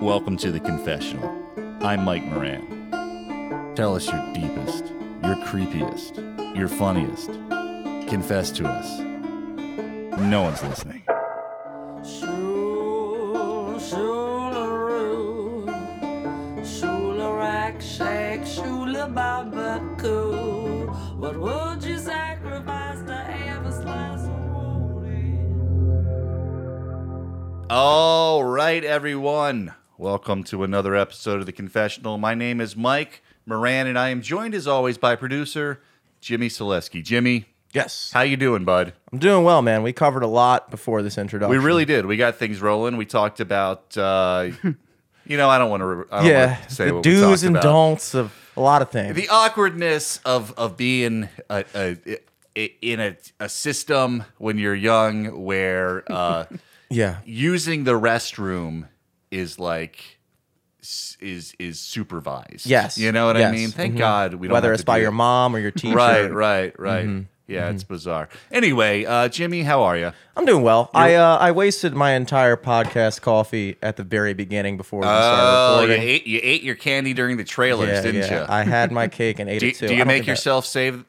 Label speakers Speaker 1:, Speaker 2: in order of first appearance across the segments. Speaker 1: welcome to the confessional. I'm Mike Moran. Tell us your deepest, your creepiest, your funniest. Confess to us. No one's listening.
Speaker 2: Shoo, shoolaroo. Shoolarack, shake, shoolababacoo. What would you sacrifice to have a slice of woody?
Speaker 1: All right, everyone. Welcome to another episode of The Confessional. My name is Mike Moran, and I am joined as always by producer Jimmy Selesky. Jimmy,
Speaker 3: Yes.
Speaker 1: how you doing, bud?
Speaker 3: I'm doing well, man. We covered a lot before this introduction.
Speaker 1: We really did. We got things rolling. We talked about, uh, you know, I don't want to. Re- I don't
Speaker 3: Yeah.
Speaker 1: wanna say
Speaker 3: The
Speaker 1: what we
Speaker 3: do's
Speaker 1: talked
Speaker 3: and
Speaker 1: about.
Speaker 3: don'ts of a lot of things.
Speaker 1: The awkwardness of of being a, a, a, in a, a system when you're young, where uh,
Speaker 3: yeah.
Speaker 1: using the restroom is like s- is is supervised.
Speaker 3: Yes.
Speaker 1: you know what I
Speaker 3: Yes.
Speaker 1: mean. Thank
Speaker 3: Mhm.
Speaker 1: God we don't.
Speaker 3: Whether
Speaker 1: have
Speaker 3: it's
Speaker 1: to
Speaker 3: by
Speaker 1: do
Speaker 3: your
Speaker 1: it.
Speaker 3: mom or your Mm-hmm. teacher.
Speaker 1: Right, right, right. Yeah, it's bizarre. Anyway, uh, Jimmy, how are you?
Speaker 3: I'm doing well. I uh, I wasted my entire podcast coffee at the very beginning before we started
Speaker 1: Oh, you
Speaker 3: recording.
Speaker 1: ate you ate your candy during the trailers,
Speaker 3: yeah,
Speaker 1: didn't
Speaker 3: yeah.
Speaker 1: you?
Speaker 3: I had my cake and ate
Speaker 1: do,
Speaker 3: it too.
Speaker 1: do
Speaker 3: I
Speaker 1: you
Speaker 3: don't
Speaker 1: make
Speaker 3: think I-
Speaker 1: yourself save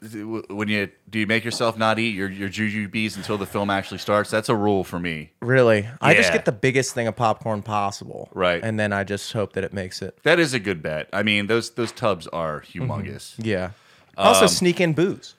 Speaker 1: when you do you make yourself not eat your your juju bees until the film actually starts? That's a rule for me.
Speaker 3: Really? I just
Speaker 1: Yeah.
Speaker 3: get the biggest thing of popcorn possible.
Speaker 1: Right.
Speaker 3: And then I just hope that it makes it.
Speaker 1: That is a good bet. I mean, those those tubs are humongous.
Speaker 3: Yeah. I
Speaker 1: Um,
Speaker 3: also sneak in booze.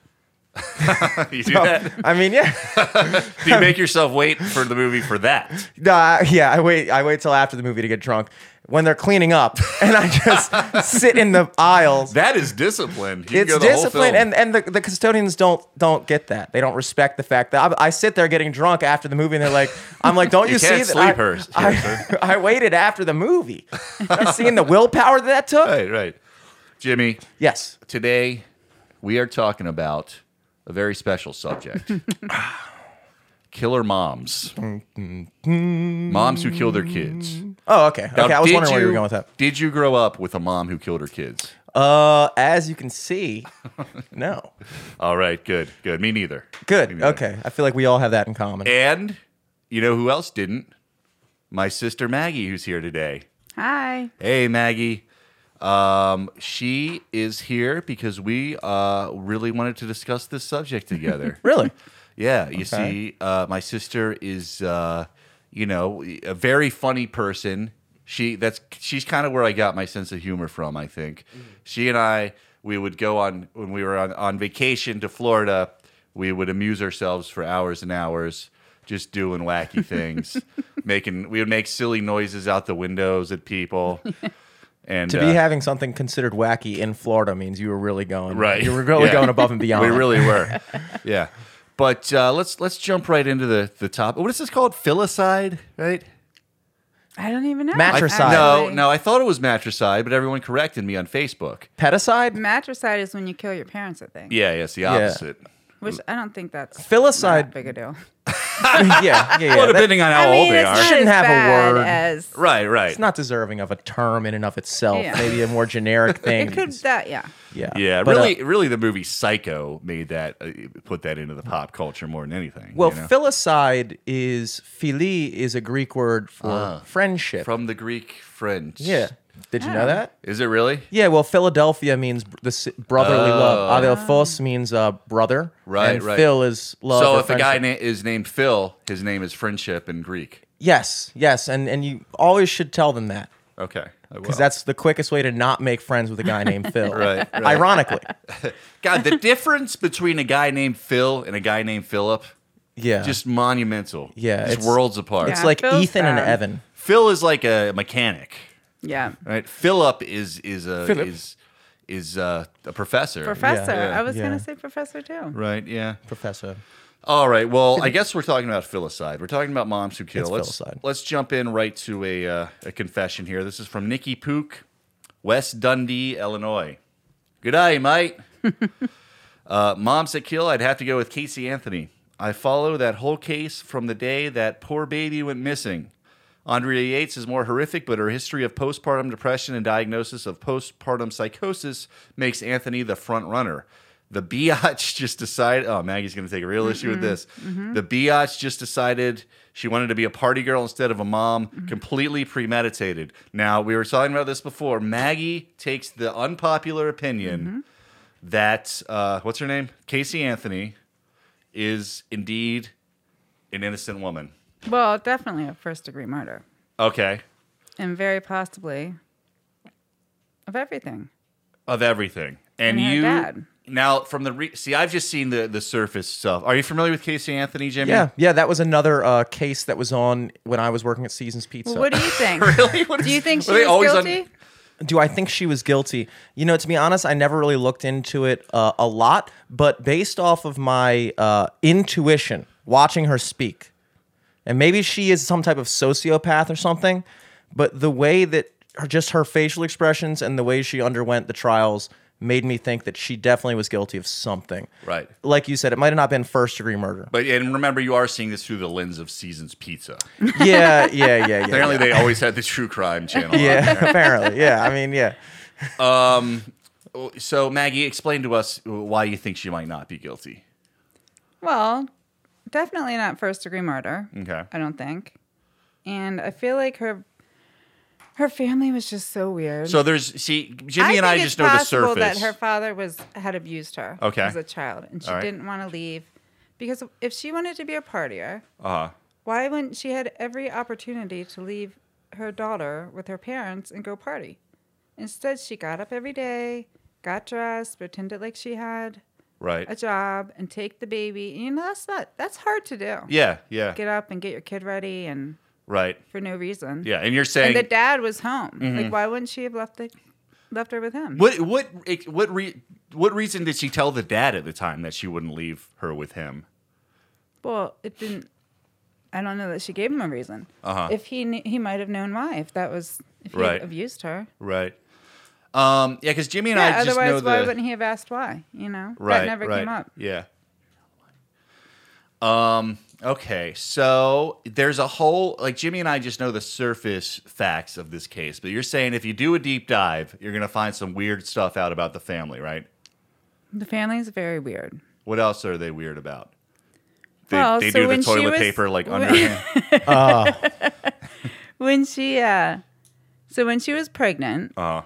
Speaker 3: Mm-hmm.
Speaker 1: you do that?
Speaker 3: I mean, yeah.
Speaker 1: Do you make yourself wait for the movie for that?
Speaker 3: No, I, yeah, I wait. I wait till after the movie to get drunk when they're cleaning up, and I just sit in the aisles.
Speaker 1: That is disciplined. You can
Speaker 3: it's
Speaker 1: go the whole
Speaker 3: discipline,
Speaker 1: film.
Speaker 3: and and the, the custodians don't don't get that. They don't respect the fact that I, I sit there getting drunk after the movie, and they're like, "I'm like, don't you, see
Speaker 1: can't
Speaker 3: that
Speaker 1: sleep
Speaker 3: I,
Speaker 1: here, sir.
Speaker 3: I, I waited after the movie, Not seeing the willpower that that took.
Speaker 1: right, right. Jimmy,
Speaker 3: Yes,
Speaker 1: today we are talking about a very special subject. Killer moms. moms who kill their kids.
Speaker 3: Oh, okay. Okay.
Speaker 1: Now,
Speaker 3: I was
Speaker 1: did
Speaker 3: wondering where you were going with that.
Speaker 1: Did you grow up with a mom who killed her kids?
Speaker 3: Uh, as you can see, no.
Speaker 1: All right, good, good. Me neither. Me
Speaker 3: Good.
Speaker 1: neither.
Speaker 3: Okay. I feel like we all have that in common.
Speaker 1: And you know who else didn't? My sister Maggie, who's here today.
Speaker 4: Hi.
Speaker 1: Hey, Maggie. Um, she is here because we uh, really wanted to discuss this subject together.
Speaker 3: Really?
Speaker 1: Yeah, you
Speaker 3: Okay.
Speaker 1: see, uh, my sister is, uh, you know, a very funny person. She that's she's kind of where I got my sense of humor from. I think
Speaker 3: Mm-hmm.
Speaker 1: she and I we would go on when we were on, on vacation to Florida. We would amuse ourselves for hours and hours just doing wacky things, making we would make silly noises out the windows at people. And
Speaker 3: To
Speaker 1: uh,
Speaker 3: be having something considered wacky in Florida means you were really going
Speaker 1: Right.
Speaker 3: You were really
Speaker 1: Yeah.
Speaker 3: going above and beyond.
Speaker 1: we really were, yeah. But uh, let's let's jump right into the the top. What is this called? Filicide, right?
Speaker 4: I don't even know.
Speaker 3: Matricide.
Speaker 4: actually.
Speaker 1: No, no, I thought it was matricide, but everyone corrected me on Facebook.
Speaker 3: pedicide.
Speaker 4: Matricide is when you kill your parents, I think.
Speaker 1: Yeah, yeah, it's the opposite.
Speaker 4: Which I don't think that's that
Speaker 3: Filicide.
Speaker 4: big a deal.
Speaker 3: yeah, yeah, yeah.
Speaker 1: Well,
Speaker 3: That-
Speaker 1: depending on how
Speaker 4: I mean,
Speaker 1: old they
Speaker 4: it's
Speaker 1: are.
Speaker 4: not
Speaker 3: Shouldn't
Speaker 4: as
Speaker 3: have a
Speaker 4: bad
Speaker 3: word.
Speaker 4: As
Speaker 1: right, right.
Speaker 3: it's not deserving of a term in and of itself.
Speaker 4: Yeah.
Speaker 3: Maybe a more generic thing.
Speaker 4: it could that yeah.
Speaker 3: yeah.
Speaker 1: yeah,
Speaker 3: But, uh,
Speaker 1: really, really, the movie Psycho made that uh, put that into the pop culture more than anything.
Speaker 3: well,
Speaker 1: you know?
Speaker 3: filicide is phili is a Greek word for
Speaker 1: Ah.
Speaker 3: friendship.
Speaker 1: from the Greek French.
Speaker 3: yeah. Did
Speaker 4: Oh.
Speaker 3: you know that?
Speaker 1: is it really?
Speaker 3: Yeah, well, Philadelphia means br- the ci- brotherly love. Adelphos means uh, brother.
Speaker 1: Oh. Right,
Speaker 3: and
Speaker 1: right.
Speaker 3: Phil is love.
Speaker 1: so
Speaker 3: or
Speaker 1: if a guy
Speaker 3: friendship.
Speaker 1: na- is named Phil, his name is friendship in Greek.
Speaker 3: yes, yes, and and you always should tell them that
Speaker 1: Okay,
Speaker 3: because that's the quickest way to not make friends with a guy named Phil.
Speaker 1: Right, right.
Speaker 3: Ironically,
Speaker 1: God. The difference between a guy named Phil and a guy named Philip
Speaker 3: yeah.
Speaker 1: just monumental.
Speaker 3: Yeah,
Speaker 1: just
Speaker 3: it's-
Speaker 1: worlds apart.
Speaker 3: it's
Speaker 4: Yeah,
Speaker 3: like
Speaker 4: Phil's
Speaker 3: Ethan and
Speaker 4: bad.
Speaker 3: Evan.
Speaker 1: Phil is like a mechanic.
Speaker 4: Yeah.
Speaker 1: Right. Philip is is a
Speaker 3: Philip.
Speaker 1: is is uh, a professor.
Speaker 4: Professor.
Speaker 3: yeah,
Speaker 4: I was
Speaker 3: yeah.
Speaker 4: gonna say professor too.
Speaker 1: Right. Yeah.
Speaker 3: Professor.
Speaker 1: All right. Well, I guess we're talking about filicide. We're talking about moms who kill.
Speaker 3: It's
Speaker 1: let's
Speaker 3: filicide.
Speaker 1: let's jump in right to a uh, a confession here. This is from Nikki Pook, West Dundee, Illinois. Good day, mate. uh, moms that kill. I'd have to go with Casey Anthony. I follow that whole case from the day that poor baby went missing. Andrea Yates is more horrific, but her history of postpartum depression and diagnosis of postpartum psychosis makes Anthony the front runner. The biatch just decided. Oh, Maggie's going to take a real issue with this. The biatch just decided she wanted to be a party girl instead of a mom. Completely premeditated. Now we were talking about this before. Maggie takes the unpopular opinion that uh, what's her name, Casey Anthony, is indeed an innocent woman.
Speaker 2: Well, definitely a first degree murder.
Speaker 1: Okay,
Speaker 2: And very possibly of everything.
Speaker 1: of everything. And,
Speaker 2: And her
Speaker 1: you
Speaker 2: dad.
Speaker 1: now from the re- see, I've just seen the the surface stuff. Are you familiar with Casey Anthony, Jimmy?
Speaker 3: Yeah, yeah, that was another uh, case that was on when I was working at Seasons Pizza.
Speaker 2: Well, what do you think?
Speaker 1: Really? What
Speaker 2: Do
Speaker 1: is-
Speaker 2: you think she
Speaker 1: were they
Speaker 2: was
Speaker 1: always on-
Speaker 2: guilty?
Speaker 3: do I think she was guilty? You know, to be honest, I never really looked into it uh, a lot, but based off of my uh, intuition, watching her speak, and maybe she is some type of sociopath or something, but the way that her, just her facial expressions and the way she underwent the trials made me think that she definitely was guilty of something.
Speaker 1: Right.
Speaker 3: Like you said, it might have not been first degree murder.
Speaker 1: But and remember, you are seeing this through the lens of Seasons Pizza.
Speaker 3: yeah, yeah, yeah, yeah.
Speaker 1: Apparently, they always had the true crime channel. Uh, on.
Speaker 3: yeah, apparently. Yeah, I mean, yeah.
Speaker 1: So Maggie, explain to us why you think she might not be guilty.
Speaker 2: Well, definitely not first degree murder.
Speaker 1: Okay.
Speaker 2: I don't think. And I feel like her her family was just so weird.
Speaker 1: So there's see, Jimmy and I
Speaker 2: think
Speaker 1: just
Speaker 2: it's
Speaker 1: know the
Speaker 2: possible
Speaker 1: surface.
Speaker 2: That her father was had abused her
Speaker 1: Okay.
Speaker 2: as a child, and she
Speaker 1: All right.
Speaker 2: didn't want to leave because if she wanted to be a partier,
Speaker 1: uh-huh.
Speaker 2: why wouldn't she had every opportunity to leave her daughter with her parents and go party? Instead, she got up every day, got dressed, pretended like she had
Speaker 1: Right.
Speaker 2: a job, and take the baby. And you know that's not that's hard to do.
Speaker 1: yeah. Yeah.
Speaker 2: Get up and get your kid ready, and
Speaker 1: Right.
Speaker 2: for no reason.
Speaker 1: Yeah. And you're
Speaker 2: And
Speaker 1: saying
Speaker 2: the dad was home. Like, why wouldn't she have left the left her with him?
Speaker 1: What what what re- what reason did she tell the dad at the time that she wouldn't leave her with him?
Speaker 2: Well, it didn't. I don't know that she gave him a reason.
Speaker 1: Uh-huh.
Speaker 2: If he knew, he might have known why. If that was if he had
Speaker 1: Right.
Speaker 2: abused her.
Speaker 1: Right. Um, yeah, because Jimmy and
Speaker 2: Yeah.
Speaker 1: I just know
Speaker 2: Otherwise,
Speaker 1: the
Speaker 2: why wouldn't he have asked why? You know,
Speaker 1: right.
Speaker 2: that never
Speaker 1: right.
Speaker 2: came up.
Speaker 1: Yeah. Um. Okay. So there's a whole like Jimmy and I just know the surface facts of this case, but you're saying if you do a deep dive, you're gonna find some weird stuff out about the family, right?
Speaker 2: The family's very weird.
Speaker 1: What else are they weird about? They,
Speaker 2: Well,
Speaker 1: they
Speaker 2: so
Speaker 1: do
Speaker 2: when
Speaker 1: the
Speaker 2: she
Speaker 1: toilet
Speaker 2: was-
Speaker 1: paper like
Speaker 2: when-
Speaker 1: under.
Speaker 2: When she, uh, so when she was pregnant,
Speaker 1: Uh-huh.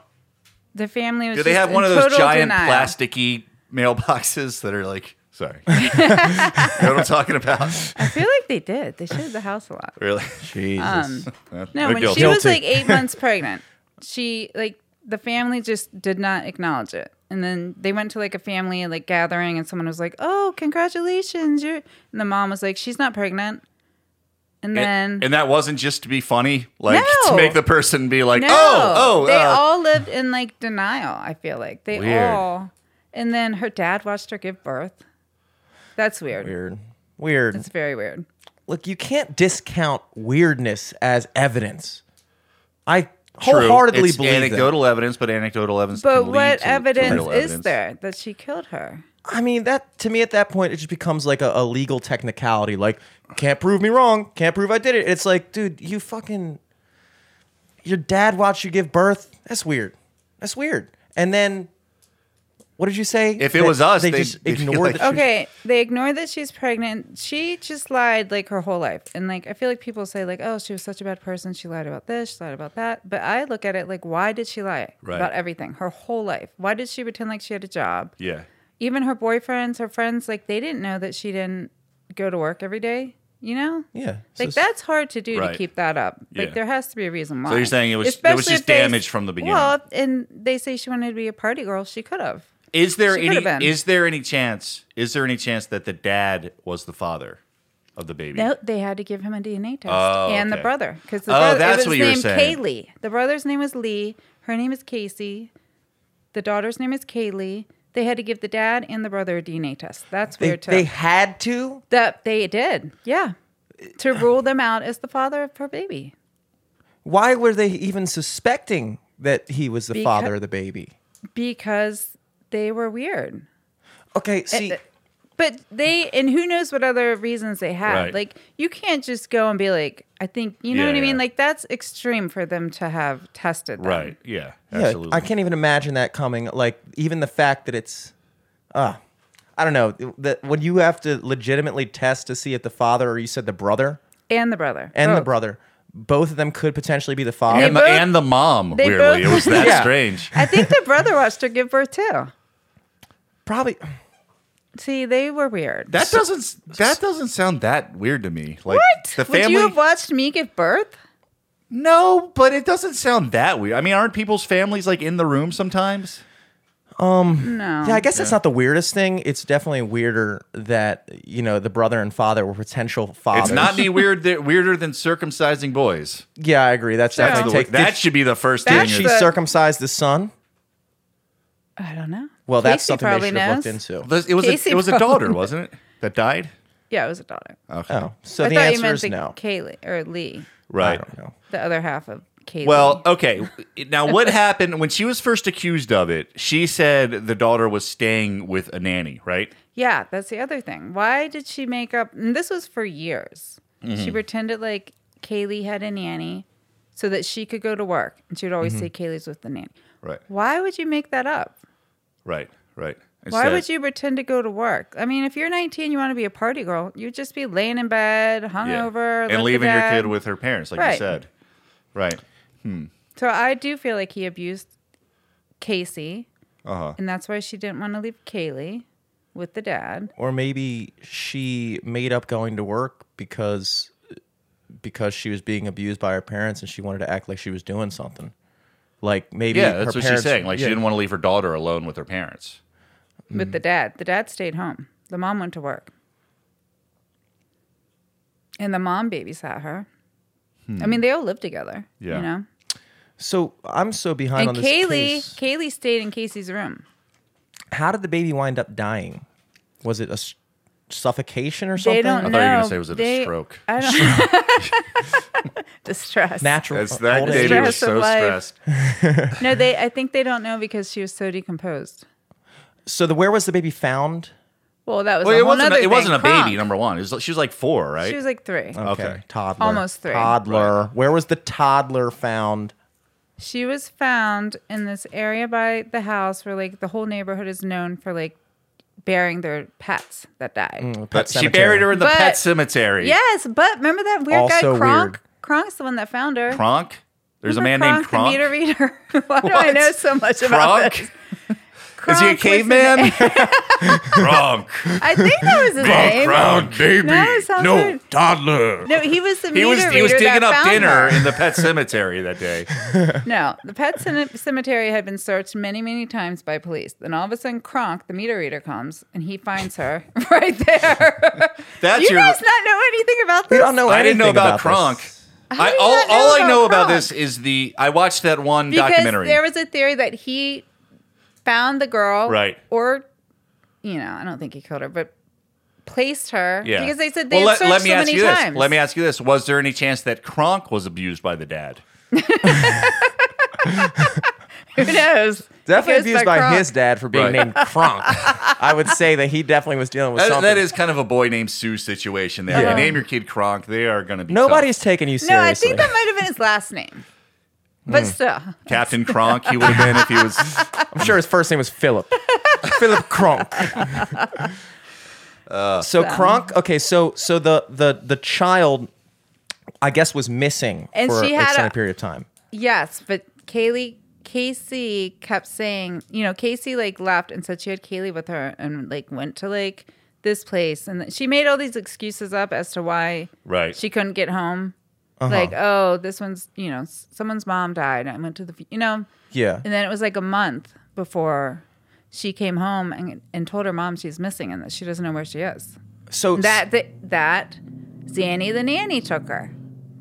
Speaker 2: the family was.
Speaker 1: Do they
Speaker 2: just
Speaker 1: have one of
Speaker 2: in
Speaker 1: those
Speaker 2: total
Speaker 1: giant
Speaker 2: denial.
Speaker 1: plasticky mailboxes that are like, sorry, you know what I'm talking about?
Speaker 2: I feel like they did. They shared the house a lot.
Speaker 1: Really?
Speaker 3: Jesus.
Speaker 2: No,
Speaker 1: They're
Speaker 2: when
Speaker 1: guilty.
Speaker 2: she was
Speaker 3: Guilty.
Speaker 2: like eight months pregnant, she like the family just did not acknowledge it. And then they went to like a family like gathering, and someone was like, "Oh, congratulations!" You're and the mom was like, "She's not pregnant." And then
Speaker 1: and, and that wasn't just to be funny, like to
Speaker 2: No.
Speaker 1: make the person be like,
Speaker 2: no,
Speaker 1: oh, oh,
Speaker 2: they
Speaker 1: uh,
Speaker 2: all lived in like denial. I feel like they
Speaker 1: Weird.
Speaker 2: all. And then her dad watched her give birth. That's weird.
Speaker 3: Weird. Weird.
Speaker 2: It's very weird.
Speaker 3: look, you can't discount weirdness as evidence. I
Speaker 1: true,
Speaker 3: wholeheartedly
Speaker 1: it's
Speaker 3: believe
Speaker 1: anecdotal evidence, but anecdotal evidence.
Speaker 2: But
Speaker 1: can lead
Speaker 2: what
Speaker 1: to- to
Speaker 2: evidence
Speaker 1: real
Speaker 2: is
Speaker 1: evidence.
Speaker 2: there that she killed her?
Speaker 3: that. I mean, that to me at that point, it just becomes like a, a legal technicality. Like, can't prove me wrong. Can't prove I did it. It's like, dude, you fucking, your dad watched you give birth. That's weird. That's weird. And then, what did you say?
Speaker 1: If it
Speaker 3: That
Speaker 1: was us,
Speaker 3: they
Speaker 1: they'd-
Speaker 3: just
Speaker 1: they'd be
Speaker 3: ignored.
Speaker 1: like-
Speaker 3: that she-
Speaker 2: Okay, they ignore that she's pregnant. She just lied like her whole life. And like I feel like people say like, "Oh, she was such a bad person. She lied about this, she lied about that." But I look at it like, why did she lie
Speaker 1: Right.
Speaker 2: about everything her whole life? Why did she pretend like she had a job?
Speaker 1: Yeah,
Speaker 2: Even her boyfriends, her friends, like they didn't know that she didn't go to work every day, you know?
Speaker 3: Yeah. it's
Speaker 2: Like
Speaker 3: just-
Speaker 2: that's hard to do
Speaker 1: Right.
Speaker 2: to keep that up. Like
Speaker 1: Yeah.
Speaker 2: there has to be a reason why.
Speaker 1: you're saying it was- there was
Speaker 2: Especially
Speaker 1: just
Speaker 2: if they-
Speaker 1: damage from the beginning.
Speaker 2: Well, and they say she wanted to be a party girl. She could have.
Speaker 1: is there
Speaker 2: She could've been.
Speaker 1: any? Is there any chance? Is there any chance that the dad was the father of the baby?
Speaker 2: No, they had to give him a DNA test
Speaker 1: Oh,
Speaker 2: and
Speaker 1: okay.
Speaker 2: the brother because the
Speaker 1: Oh,
Speaker 2: brother
Speaker 1: that's
Speaker 2: it was
Speaker 1: what you were
Speaker 2: named
Speaker 1: saying.
Speaker 2: Kaylee. The brother's name was Lee. Her name is Casey. The daughter's name is Kaylee. They had to give the dad and the brother a DNA test. That's
Speaker 3: they,
Speaker 2: weird too.
Speaker 3: they had to.
Speaker 2: that they did, yeah, to rule them out as the father of her baby.
Speaker 3: Why were they even suspecting that he was the
Speaker 2: Becau-
Speaker 3: father of the baby?
Speaker 2: because they were weird.
Speaker 3: Okay, see,
Speaker 2: Eh, But they and who knows what other reasons they had.
Speaker 1: Right.
Speaker 2: Like you can't just go and be like, I think you know
Speaker 1: Yeah,
Speaker 2: what I mean.
Speaker 1: yeah.
Speaker 2: Like that's extreme for them to have tested. Them.
Speaker 1: Right. Yeah.
Speaker 3: yeah,
Speaker 1: Absolutely.
Speaker 3: I can't even imagine that coming. Like even the fact that it's, ah, I don't know that when you have to legitimately test to see if the father or you said the brother
Speaker 4: and the brother
Speaker 3: and the
Speaker 4: Both.
Speaker 3: brother, both of them could potentially be the father.
Speaker 1: and,
Speaker 4: Oh. They
Speaker 1: the,
Speaker 4: both-
Speaker 1: and the mom.
Speaker 4: they
Speaker 1: Weirdly,
Speaker 4: both-
Speaker 1: it was that
Speaker 3: Yeah.
Speaker 1: strange.
Speaker 4: I think the brother watched her give birth too.
Speaker 3: Probably.
Speaker 4: See, they were weird.
Speaker 1: That doesn't that doesn't sound that weird to me. Like
Speaker 4: what?
Speaker 1: the
Speaker 4: Would
Speaker 1: family.
Speaker 4: you have watched me give birth?
Speaker 1: no, but it doesn't sound that weird. I mean, aren't people's families like in the room sometimes?
Speaker 4: No.
Speaker 3: Yeah, I guess that's not the weirdest thing. It's definitely weirder that you know the brother and father were potential fathers.
Speaker 1: It's not any weird weirder than circumcising boys.
Speaker 3: Yeah, I agree. That's
Speaker 4: That's
Speaker 3: definitely
Speaker 4: the-
Speaker 3: take.
Speaker 1: that
Speaker 3: did
Speaker 1: should be the first
Speaker 3: did
Speaker 1: thing.
Speaker 4: That's
Speaker 3: she
Speaker 1: is-
Speaker 4: the-
Speaker 3: circumcise the son?
Speaker 4: I don't know.
Speaker 3: Well, that's
Speaker 4: Casey
Speaker 3: something they
Speaker 4: probably
Speaker 3: should have looked
Speaker 4: knows.
Speaker 3: into.
Speaker 1: It was a,
Speaker 4: Casey
Speaker 1: it was a
Speaker 4: probably-
Speaker 1: daughter, wasn't it? That died.
Speaker 4: Yeah, it was a daughter.
Speaker 1: Okay.
Speaker 3: Oh, so
Speaker 4: I
Speaker 3: the
Speaker 4: thought
Speaker 3: answer
Speaker 4: you meant
Speaker 3: is
Speaker 4: the
Speaker 3: no.
Speaker 4: Kaylee or Lee,
Speaker 3: I
Speaker 1: Right.
Speaker 3: don't know.
Speaker 4: the other half of Kaylee.
Speaker 1: Well, okay. Now, what happened when she was first accused of it? She said the daughter was staying with a nanny, right?
Speaker 4: yeah, that's the other thing. Why did she make up? And this was for years.
Speaker 3: Mm-hmm.
Speaker 4: She pretended like Kaylee had a nanny so that she could go to work, and she would always
Speaker 3: Mm-hmm.
Speaker 4: say Kaylee's with the nanny.
Speaker 1: Right.
Speaker 4: Why would you make that up?
Speaker 1: Right. Right.
Speaker 4: Why
Speaker 1: Instead-
Speaker 4: would you pretend to go to work? I mean, if you're 19, you want to be a party girl. You'd just be laying in bed,
Speaker 1: Yeah.
Speaker 4: hungover, left
Speaker 1: and
Speaker 4: to
Speaker 1: leaving your
Speaker 4: dad.
Speaker 1: kid with her parents, like you
Speaker 4: Right.
Speaker 1: said. Right.
Speaker 4: So I do feel like he abused Casey,
Speaker 1: Uh huh.
Speaker 4: and that's why she didn't want to leave Kaylee with the dad.
Speaker 3: Or maybe she made up going to work because because she was being abused by her parents and she wanted to act like she was doing something. Like maybe
Speaker 1: Yeah,
Speaker 3: her
Speaker 1: that's what
Speaker 3: parents,
Speaker 1: she's saying. Like
Speaker 3: yeah.
Speaker 1: she didn't want to leave her daughter alone with her parents. Mm-hmm.
Speaker 4: With the dad, the dad stayed home. The mom went to work, and the mom babysat her. I mean, they all lived together.
Speaker 1: Hmm. Yeah.
Speaker 4: you know.
Speaker 3: So I'm so behind
Speaker 4: And
Speaker 3: on this
Speaker 4: Kaylee,
Speaker 3: case.
Speaker 4: Kaylee stayed in Casey's room.
Speaker 3: How did the baby wind up dying? Was it a s- suffocation or something?
Speaker 4: They don't
Speaker 1: I
Speaker 4: know.
Speaker 1: thought you were gonna say, was it a
Speaker 4: They-
Speaker 1: stroke?
Speaker 4: I don't. Distress.
Speaker 3: Natural.
Speaker 1: That's that
Speaker 3: old
Speaker 1: baby
Speaker 3: age.
Speaker 1: was
Speaker 4: Stress of
Speaker 1: so
Speaker 4: life.
Speaker 1: stressed.
Speaker 4: No, they. I think they don't know because she was so decomposed.
Speaker 3: So the where was the baby found?
Speaker 4: Well, that was.
Speaker 1: Well,
Speaker 4: a
Speaker 1: it
Speaker 4: whole
Speaker 1: wasn't.
Speaker 4: nother
Speaker 1: A, it wasn't a
Speaker 4: thing.
Speaker 1: baby.
Speaker 4: Crunk.
Speaker 1: Number one, it was, like- she was like four, right? Oh.
Speaker 4: She was like three.
Speaker 1: Okay.
Speaker 3: Toddler.
Speaker 4: Almost three.
Speaker 3: Toddler. Where was the toddler found?
Speaker 4: She was found in this area by the house where like the whole neighborhood is known for like burying their pets
Speaker 1: Mm,
Speaker 4: that died.
Speaker 3: Pet
Speaker 1: but she
Speaker 3: cemetery.
Speaker 1: buried her in the
Speaker 4: But-
Speaker 1: pet cemetery.
Speaker 4: Yes, but remember that weird
Speaker 3: Also
Speaker 4: guy Kronk?
Speaker 3: weird.
Speaker 4: Kronk's the one that found her.
Speaker 1: Kronk. There's a man
Speaker 4: Remember
Speaker 1: named
Speaker 4: Kronk, the meter
Speaker 1: Kronk.
Speaker 4: reader. Why do I
Speaker 1: What?
Speaker 4: know so much about this?
Speaker 1: Kronk. Is he a
Speaker 4: Kronk was the
Speaker 1: caveman?
Speaker 4: name.
Speaker 1: Kronk.
Speaker 4: I think that was his name.
Speaker 1: Kronk, baby.
Speaker 4: No, it sounds weird.
Speaker 1: toddler.
Speaker 4: No, he was the
Speaker 1: He
Speaker 4: meter
Speaker 1: was
Speaker 4: reader
Speaker 1: he was
Speaker 4: that
Speaker 1: digging up
Speaker 4: found
Speaker 1: dinner
Speaker 4: her.
Speaker 1: in the pet cemetery that day.
Speaker 4: No, the pet cem- cemetery had been searched many, many times by police. Then all of a sudden, Kronk, the meter reader, comes and he finds her right there.
Speaker 1: That's
Speaker 4: you
Speaker 1: your-
Speaker 4: guys not know anything about
Speaker 3: We
Speaker 4: this?
Speaker 3: don't know.
Speaker 1: Oh, I didn't know
Speaker 3: anything
Speaker 1: about,
Speaker 3: about
Speaker 1: Kronk.
Speaker 3: this.
Speaker 1: I,
Speaker 4: do you
Speaker 1: all
Speaker 4: not know
Speaker 1: all I
Speaker 4: about
Speaker 1: know about
Speaker 4: Kronk?
Speaker 1: this is the I watched that one
Speaker 4: because
Speaker 1: documentary.
Speaker 4: there was a theory that he found the girl,
Speaker 1: Right.
Speaker 4: Or, you know, I don't think he killed her, but placed her.
Speaker 1: yeah.
Speaker 4: Because they said they
Speaker 1: well, let,
Speaker 4: had searched
Speaker 1: let me
Speaker 4: so
Speaker 1: ask
Speaker 4: many
Speaker 1: you this.
Speaker 4: times.
Speaker 1: Let me ask you this: Was there any chance that Kronk was abused by the dad?
Speaker 4: Who knows?
Speaker 3: Definitely
Speaker 4: Goes
Speaker 3: abused by
Speaker 4: Kronk.
Speaker 3: his dad for being
Speaker 1: Right.
Speaker 3: named Kronk. I would say that he definitely was dealing with
Speaker 1: That,
Speaker 3: something.
Speaker 1: that is kind of a boy named Sue situation. There,
Speaker 3: Yeah.
Speaker 1: name your kid Kronk. They are going to be
Speaker 3: Nobody's taking you seriously.
Speaker 4: No, I think that might have been his last name. But still,
Speaker 1: tough. Captain Kronk. He would have been if he was.
Speaker 3: I'm sure his first name was Philip. Philip Kronk.
Speaker 1: Uh,
Speaker 3: so Kronk. Okay, so so the the the child, I guess, was missing
Speaker 4: And
Speaker 3: for
Speaker 4: she
Speaker 3: an
Speaker 4: had a-
Speaker 3: extended period of time.
Speaker 4: Yes, but Kaylee Casey kept saying, you know, Casey like left and said she had Kaylee with her and like went to like this place and she made all these excuses up as to why
Speaker 1: Right.
Speaker 4: she couldn't get home. Like, oh, this one's, you know, s- someone's mom died. I went to the, fu- you know,
Speaker 3: Yeah.
Speaker 4: and then it was like a month before she came home and, and told her mom she's missing and that she doesn't know where she is.
Speaker 3: So
Speaker 4: That that, that Zanny the nanny took her.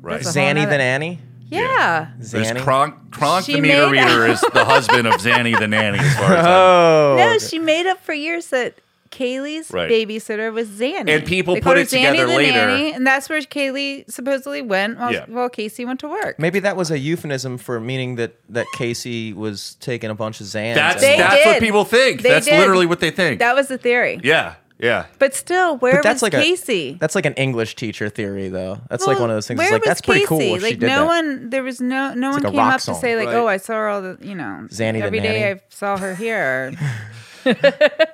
Speaker 1: Right.
Speaker 4: That's a-
Speaker 3: Zanny
Speaker 4: another-
Speaker 3: the nanny.
Speaker 4: Yeah.
Speaker 1: There's
Speaker 3: Zanny.
Speaker 1: Kronk. Kronk the
Speaker 4: She
Speaker 1: meter
Speaker 4: made-
Speaker 1: reader is the husband of Zanny the nanny. As far as I'm-
Speaker 3: Oh.
Speaker 4: No, she made up for years that Kaylee's
Speaker 1: Right.
Speaker 4: babysitter was Zanny.
Speaker 1: And people
Speaker 4: They called
Speaker 1: put
Speaker 4: her
Speaker 1: it together later.
Speaker 4: and that's where Kaylee supposedly went while,
Speaker 1: Yeah.
Speaker 4: while Casey went to work.
Speaker 3: Maybe that was a euphemism for meaning that that Casey was taking a bunch of Zans.
Speaker 1: that's
Speaker 4: They
Speaker 1: that's what
Speaker 4: did.
Speaker 1: people think.
Speaker 4: They
Speaker 1: that's
Speaker 4: did.
Speaker 1: literally what they think.
Speaker 4: That was the theory.
Speaker 1: yeah. Yeah.
Speaker 4: But still, where
Speaker 3: But that's like
Speaker 4: was Casey?
Speaker 3: a that's like an English teacher theory though. That's like
Speaker 4: Well,
Speaker 3: one of those things.
Speaker 4: where
Speaker 3: It's like
Speaker 4: was
Speaker 3: that's pretty cool.
Speaker 4: Casey?
Speaker 3: If
Speaker 4: like
Speaker 3: she did
Speaker 4: no
Speaker 3: that.
Speaker 4: one, there was no no one
Speaker 3: like a
Speaker 4: came
Speaker 3: rock
Speaker 4: up
Speaker 3: song.
Speaker 4: to say like,
Speaker 1: Right.
Speaker 4: oh, I saw her all the you know
Speaker 3: Zanny the
Speaker 4: every day
Speaker 3: nanny.
Speaker 4: I saw her here.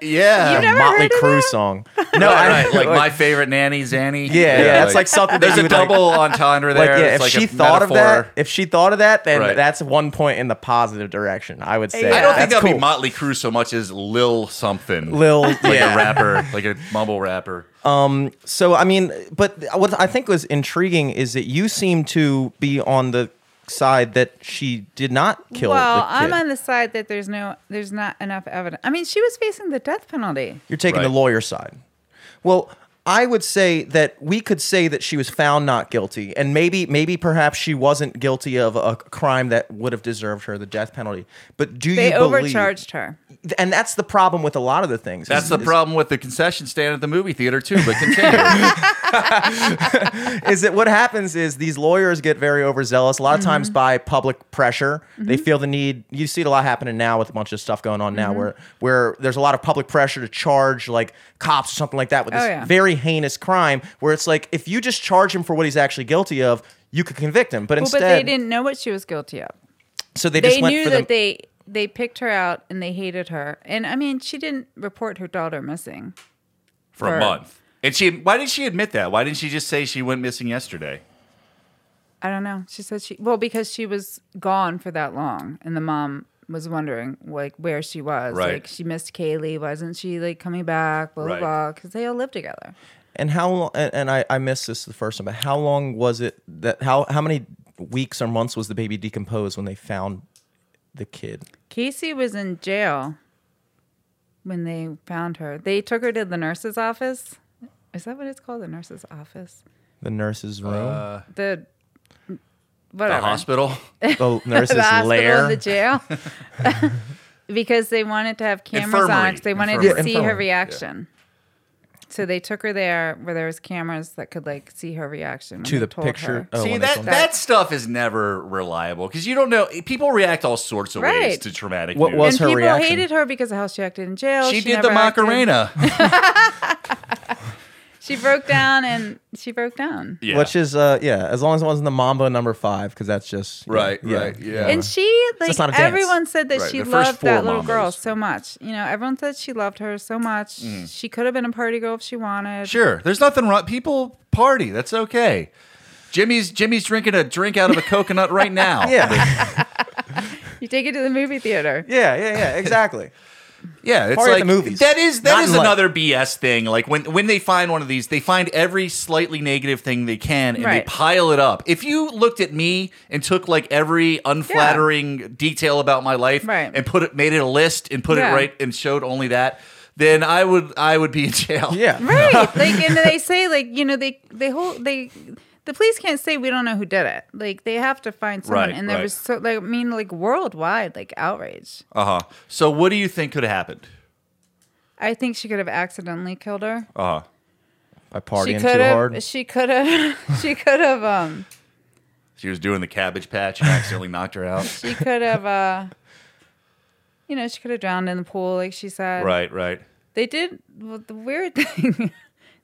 Speaker 1: yeah.
Speaker 4: You never
Speaker 3: Motley
Speaker 4: heard of
Speaker 3: Crue
Speaker 4: that?
Speaker 3: song.
Speaker 1: no, right, like my favorite nanny, Zanny.
Speaker 3: Yeah, yeah, that's like something that
Speaker 1: There's
Speaker 3: you
Speaker 1: a
Speaker 3: would, like-
Speaker 1: double entendre there.
Speaker 3: Like, yeah,
Speaker 1: It's
Speaker 3: if
Speaker 1: like
Speaker 3: she
Speaker 1: a
Speaker 3: thought of
Speaker 1: metaphor.
Speaker 3: that, if she thought of that, then
Speaker 1: Right.
Speaker 3: that's one point in the positive direction. I would say.
Speaker 4: Yeah.
Speaker 1: I don't think
Speaker 3: That's
Speaker 1: that'd
Speaker 3: cool.
Speaker 1: be Motley Crue so much as Lil something.
Speaker 3: Lil,
Speaker 1: like
Speaker 3: yeah.
Speaker 1: a rapper, like a mumble rapper.
Speaker 3: So I mean, but what I think was intriguing is that you seem to be on the side that she did not kill.
Speaker 4: well,
Speaker 3: the kid.
Speaker 4: I'm on the side that there's no, there's not enough evidence. I mean, she was facing the death penalty.
Speaker 3: You're taking
Speaker 1: Right.
Speaker 3: the lawyer side. Well, I would say that we could say that she was found not guilty, and maybe, maybe, perhaps she wasn't guilty of a crime that would have deserved her the death penalty. But do
Speaker 4: They
Speaker 3: you
Speaker 4: overcharged her.
Speaker 3: believe? And that's the problem with a lot of the things.
Speaker 1: That's
Speaker 3: is-
Speaker 1: the
Speaker 3: is-
Speaker 1: problem with the concession stand at the movie theater too. But continue.
Speaker 3: is that what happens is these lawyers get very overzealous a lot
Speaker 4: Mm-hmm.
Speaker 3: of times by public pressure they feel the need you see it a lot happening now with a bunch of stuff going on now
Speaker 4: Mm-hmm.
Speaker 3: where where there's a lot of public pressure to charge like cops or something like that with
Speaker 4: Oh,
Speaker 3: this
Speaker 4: yeah.
Speaker 3: very heinous crime where it's like if you just charge him for what he's actually guilty of you could convict him but
Speaker 4: Well, but
Speaker 3: instead
Speaker 4: they didn't know what she was guilty of.
Speaker 3: so they just
Speaker 4: They
Speaker 3: went
Speaker 4: knew
Speaker 3: for
Speaker 4: that
Speaker 3: the,
Speaker 4: they they picked her out and they hated her. And I mean, she didn't report her daughter missing.
Speaker 1: For a
Speaker 4: Or-
Speaker 1: month. And she why did she admit that? Why didn't she just say she went missing yesterday?
Speaker 4: I don't know. She said she well because she was gone for that long, and the mom was wondering like where she was.
Speaker 1: Right.
Speaker 4: Like she missed Kaylee. Wasn't she like coming back? Blah blah
Speaker 1: Right.
Speaker 4: blah. Because they all lived together.
Speaker 3: and how long and, and I, I missed this the first time but how long was it that how how many weeks or months was the baby decomposed when they found the kid
Speaker 4: Casey was in jail when they found her. They took her to the nurse's office. Is that what it's called? The nurse's office.
Speaker 3: the nurse's room
Speaker 4: The
Speaker 1: The
Speaker 4: whatever.
Speaker 1: hospital?
Speaker 3: the nurse's
Speaker 4: the hospital
Speaker 3: lair.
Speaker 4: and the jail because they wanted to have cameras on
Speaker 1: Infirmary.
Speaker 4: because they wanted
Speaker 1: Infirmary.
Speaker 4: to see
Speaker 3: Yeah, infirmary,
Speaker 4: her reaction. So they took her there where there was cameras that could like see her reaction when
Speaker 3: To
Speaker 4: they
Speaker 3: the
Speaker 4: told
Speaker 3: picture.
Speaker 4: Her.
Speaker 3: Oh,
Speaker 1: See
Speaker 3: when they
Speaker 1: that
Speaker 3: filmed
Speaker 4: it.
Speaker 1: that stuff is never reliable because you don't know people react all sorts of ways
Speaker 4: Right.
Speaker 1: to traumatic
Speaker 3: What
Speaker 1: news.
Speaker 3: was
Speaker 4: And
Speaker 3: her
Speaker 4: people
Speaker 3: reaction?
Speaker 4: hated her because of how she acted in jail.
Speaker 1: she, did the
Speaker 4: never acted-
Speaker 1: Macarena.
Speaker 4: She broke down and she broke down.
Speaker 1: yeah.
Speaker 3: Which is uh yeah, as long as it wasn't the Mambo number five, because that's just yeah,
Speaker 1: right,
Speaker 3: yeah.
Speaker 1: right, yeah.
Speaker 4: And she like
Speaker 3: just not a dance.
Speaker 4: everyone said that
Speaker 1: Right,
Speaker 4: she
Speaker 1: the first
Speaker 4: loved that
Speaker 1: four
Speaker 4: little girl
Speaker 1: mamas.
Speaker 4: so much. You know, everyone said she loved her so much.
Speaker 1: Mm.
Speaker 4: She could have been a party girl if she wanted.
Speaker 1: Sure, there's nothing wrong. People party. That's okay. Jimmy's Jimmy's drinking a drink out of a coconut right now.
Speaker 3: Yeah.
Speaker 4: You take it to the movie theater.
Speaker 3: yeah, yeah, yeah, exactly.
Speaker 1: Yeah, it's
Speaker 3: Party at
Speaker 1: like
Speaker 3: the movies.
Speaker 1: that is
Speaker 3: Not
Speaker 1: that
Speaker 3: in
Speaker 1: is
Speaker 3: life.
Speaker 1: another BS thing. Like when when they find one of these, they find every slightly negative thing they can and they
Speaker 4: Right.
Speaker 1: pile it up. If you looked at me and took like every unflattering detail about my life
Speaker 4: Right.
Speaker 1: and put it made it a list and put
Speaker 4: Yeah.
Speaker 1: it right and showed only that, then I would I would be in jail.
Speaker 3: Yeah.
Speaker 4: right like and they say like you know they they hold they the police can't say we don't know who did it like they have to find someone
Speaker 1: Right,
Speaker 4: and there
Speaker 1: right.
Speaker 4: was so like i mean like worldwide like outrage
Speaker 1: Uh huh. So what do you think could have happened?
Speaker 4: i think she could have accidentally killed her
Speaker 1: Uh huh.
Speaker 3: By
Speaker 4: she
Speaker 3: partying
Speaker 4: could
Speaker 3: too hard.
Speaker 4: have she could have she could have um
Speaker 1: She was doing the cabbage patch and accidentally knocked her out.
Speaker 4: she could have uh you know she could have drowned in the pool like she said
Speaker 1: Right, right.
Speaker 4: they did well, the weird thing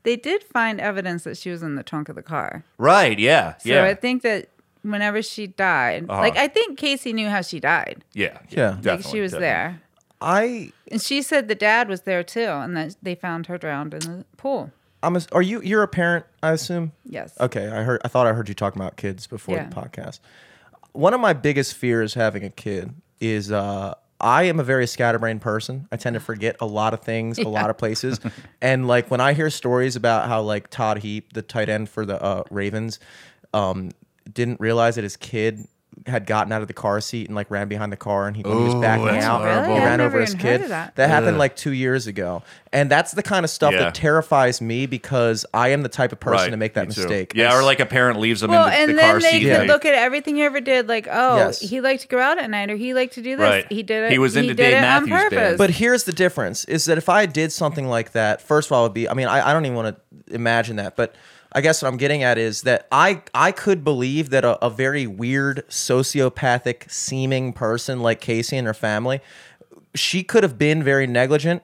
Speaker 4: they did find evidence that she was in the trunk of the car
Speaker 1: Right, yeah.
Speaker 4: so
Speaker 1: yeah.
Speaker 4: i think that whenever she died
Speaker 1: Uh-huh.
Speaker 4: like i think casey knew how she died
Speaker 1: yeah.
Speaker 3: Yeah. Like, she
Speaker 4: like she was
Speaker 1: definitely.
Speaker 4: there
Speaker 3: I
Speaker 4: and she said the dad was there too and that they found her drowned in the pool
Speaker 3: I'm a, are you you're a parent, I assume?
Speaker 4: yes
Speaker 3: Okay, I heard I thought I heard you talking about kids before
Speaker 4: Yeah.
Speaker 3: the podcast. One of my biggest fears having a kid is uh I am a very scatterbrained person. I tend to forget a lot of things, a lot of places. and like when I hear stories about how like Todd Heap, the tight end for the uh, Ravens, um, didn't realize that his kid had gotten out of the car seat and like ran behind the car and he, when he was
Speaker 1: Oh,
Speaker 3: backing
Speaker 1: that's
Speaker 3: out,
Speaker 1: horrible.
Speaker 3: he
Speaker 1: Really?
Speaker 3: ran
Speaker 4: I've
Speaker 3: over
Speaker 4: never
Speaker 3: his
Speaker 4: even
Speaker 3: kid.
Speaker 4: heard of that.
Speaker 3: That happened like two years ago. And that's the kind of stuff
Speaker 1: Yeah.
Speaker 3: that terrifies me because I am the type of person
Speaker 1: Right,
Speaker 3: to make that
Speaker 1: me too.
Speaker 3: mistake.
Speaker 1: Yeah,
Speaker 3: And
Speaker 1: or like a parent leaves them
Speaker 4: well
Speaker 1: in the,
Speaker 4: and
Speaker 1: the
Speaker 4: then
Speaker 1: car
Speaker 4: they
Speaker 1: seat.
Speaker 4: could
Speaker 1: and
Speaker 4: look at everything he ever did like oh
Speaker 3: Yes.
Speaker 4: he liked to go out at night or he liked to do this
Speaker 1: Right.
Speaker 4: he did it
Speaker 1: He was into
Speaker 4: did
Speaker 1: Dave
Speaker 4: it on
Speaker 1: Matthews Band.
Speaker 4: purpose
Speaker 3: But here's the difference: is that if I did something like that, first of all, it would be. I mean, I, I don't even want to imagine that. But I guess what I'm getting at is that I I could believe that a, a very weird sociopathic seeming person like Casey and her family, she could have been very negligent.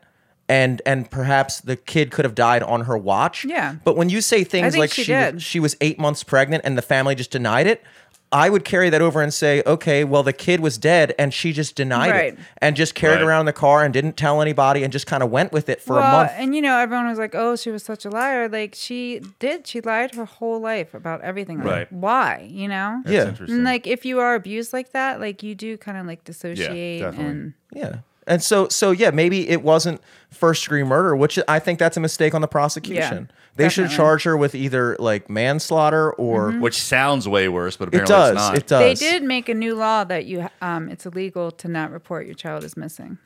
Speaker 3: And, and perhaps the kid could have died on her watch.
Speaker 4: Yeah.
Speaker 3: But when you say things
Speaker 4: think
Speaker 3: like
Speaker 4: she
Speaker 3: she, w-
Speaker 4: did.
Speaker 3: she was eight months pregnant and the family just denied it, I would carry that over and say, okay, well, the kid was dead and she just denied
Speaker 4: Right.
Speaker 3: it and just carried
Speaker 1: Right.
Speaker 3: around in the car and didn't tell anybody and just kind of went with it for a
Speaker 4: well,
Speaker 3: month.
Speaker 4: and you know, everyone was like, "Oh, she was such a liar." Like she did. She lied her whole life about everything. Like,
Speaker 1: Right.
Speaker 4: Why? You know.
Speaker 3: Yeah.
Speaker 1: That's interesting.
Speaker 4: And like, if you are abused like that, like you do kind of like dissociate
Speaker 1: definitely.
Speaker 4: and
Speaker 3: yeah. And so, so yeah, maybe it wasn't first degree murder, which I think that's a mistake on the prosecution. they should
Speaker 4: definitely. Mm-hmm.
Speaker 3: charge her with either like manslaughter or
Speaker 1: Which sounds way worse, but
Speaker 3: it
Speaker 1: apparently it's
Speaker 3: does,
Speaker 1: not.
Speaker 3: it does.
Speaker 4: They did make a new law that you um, it's illegal to not report your child is missing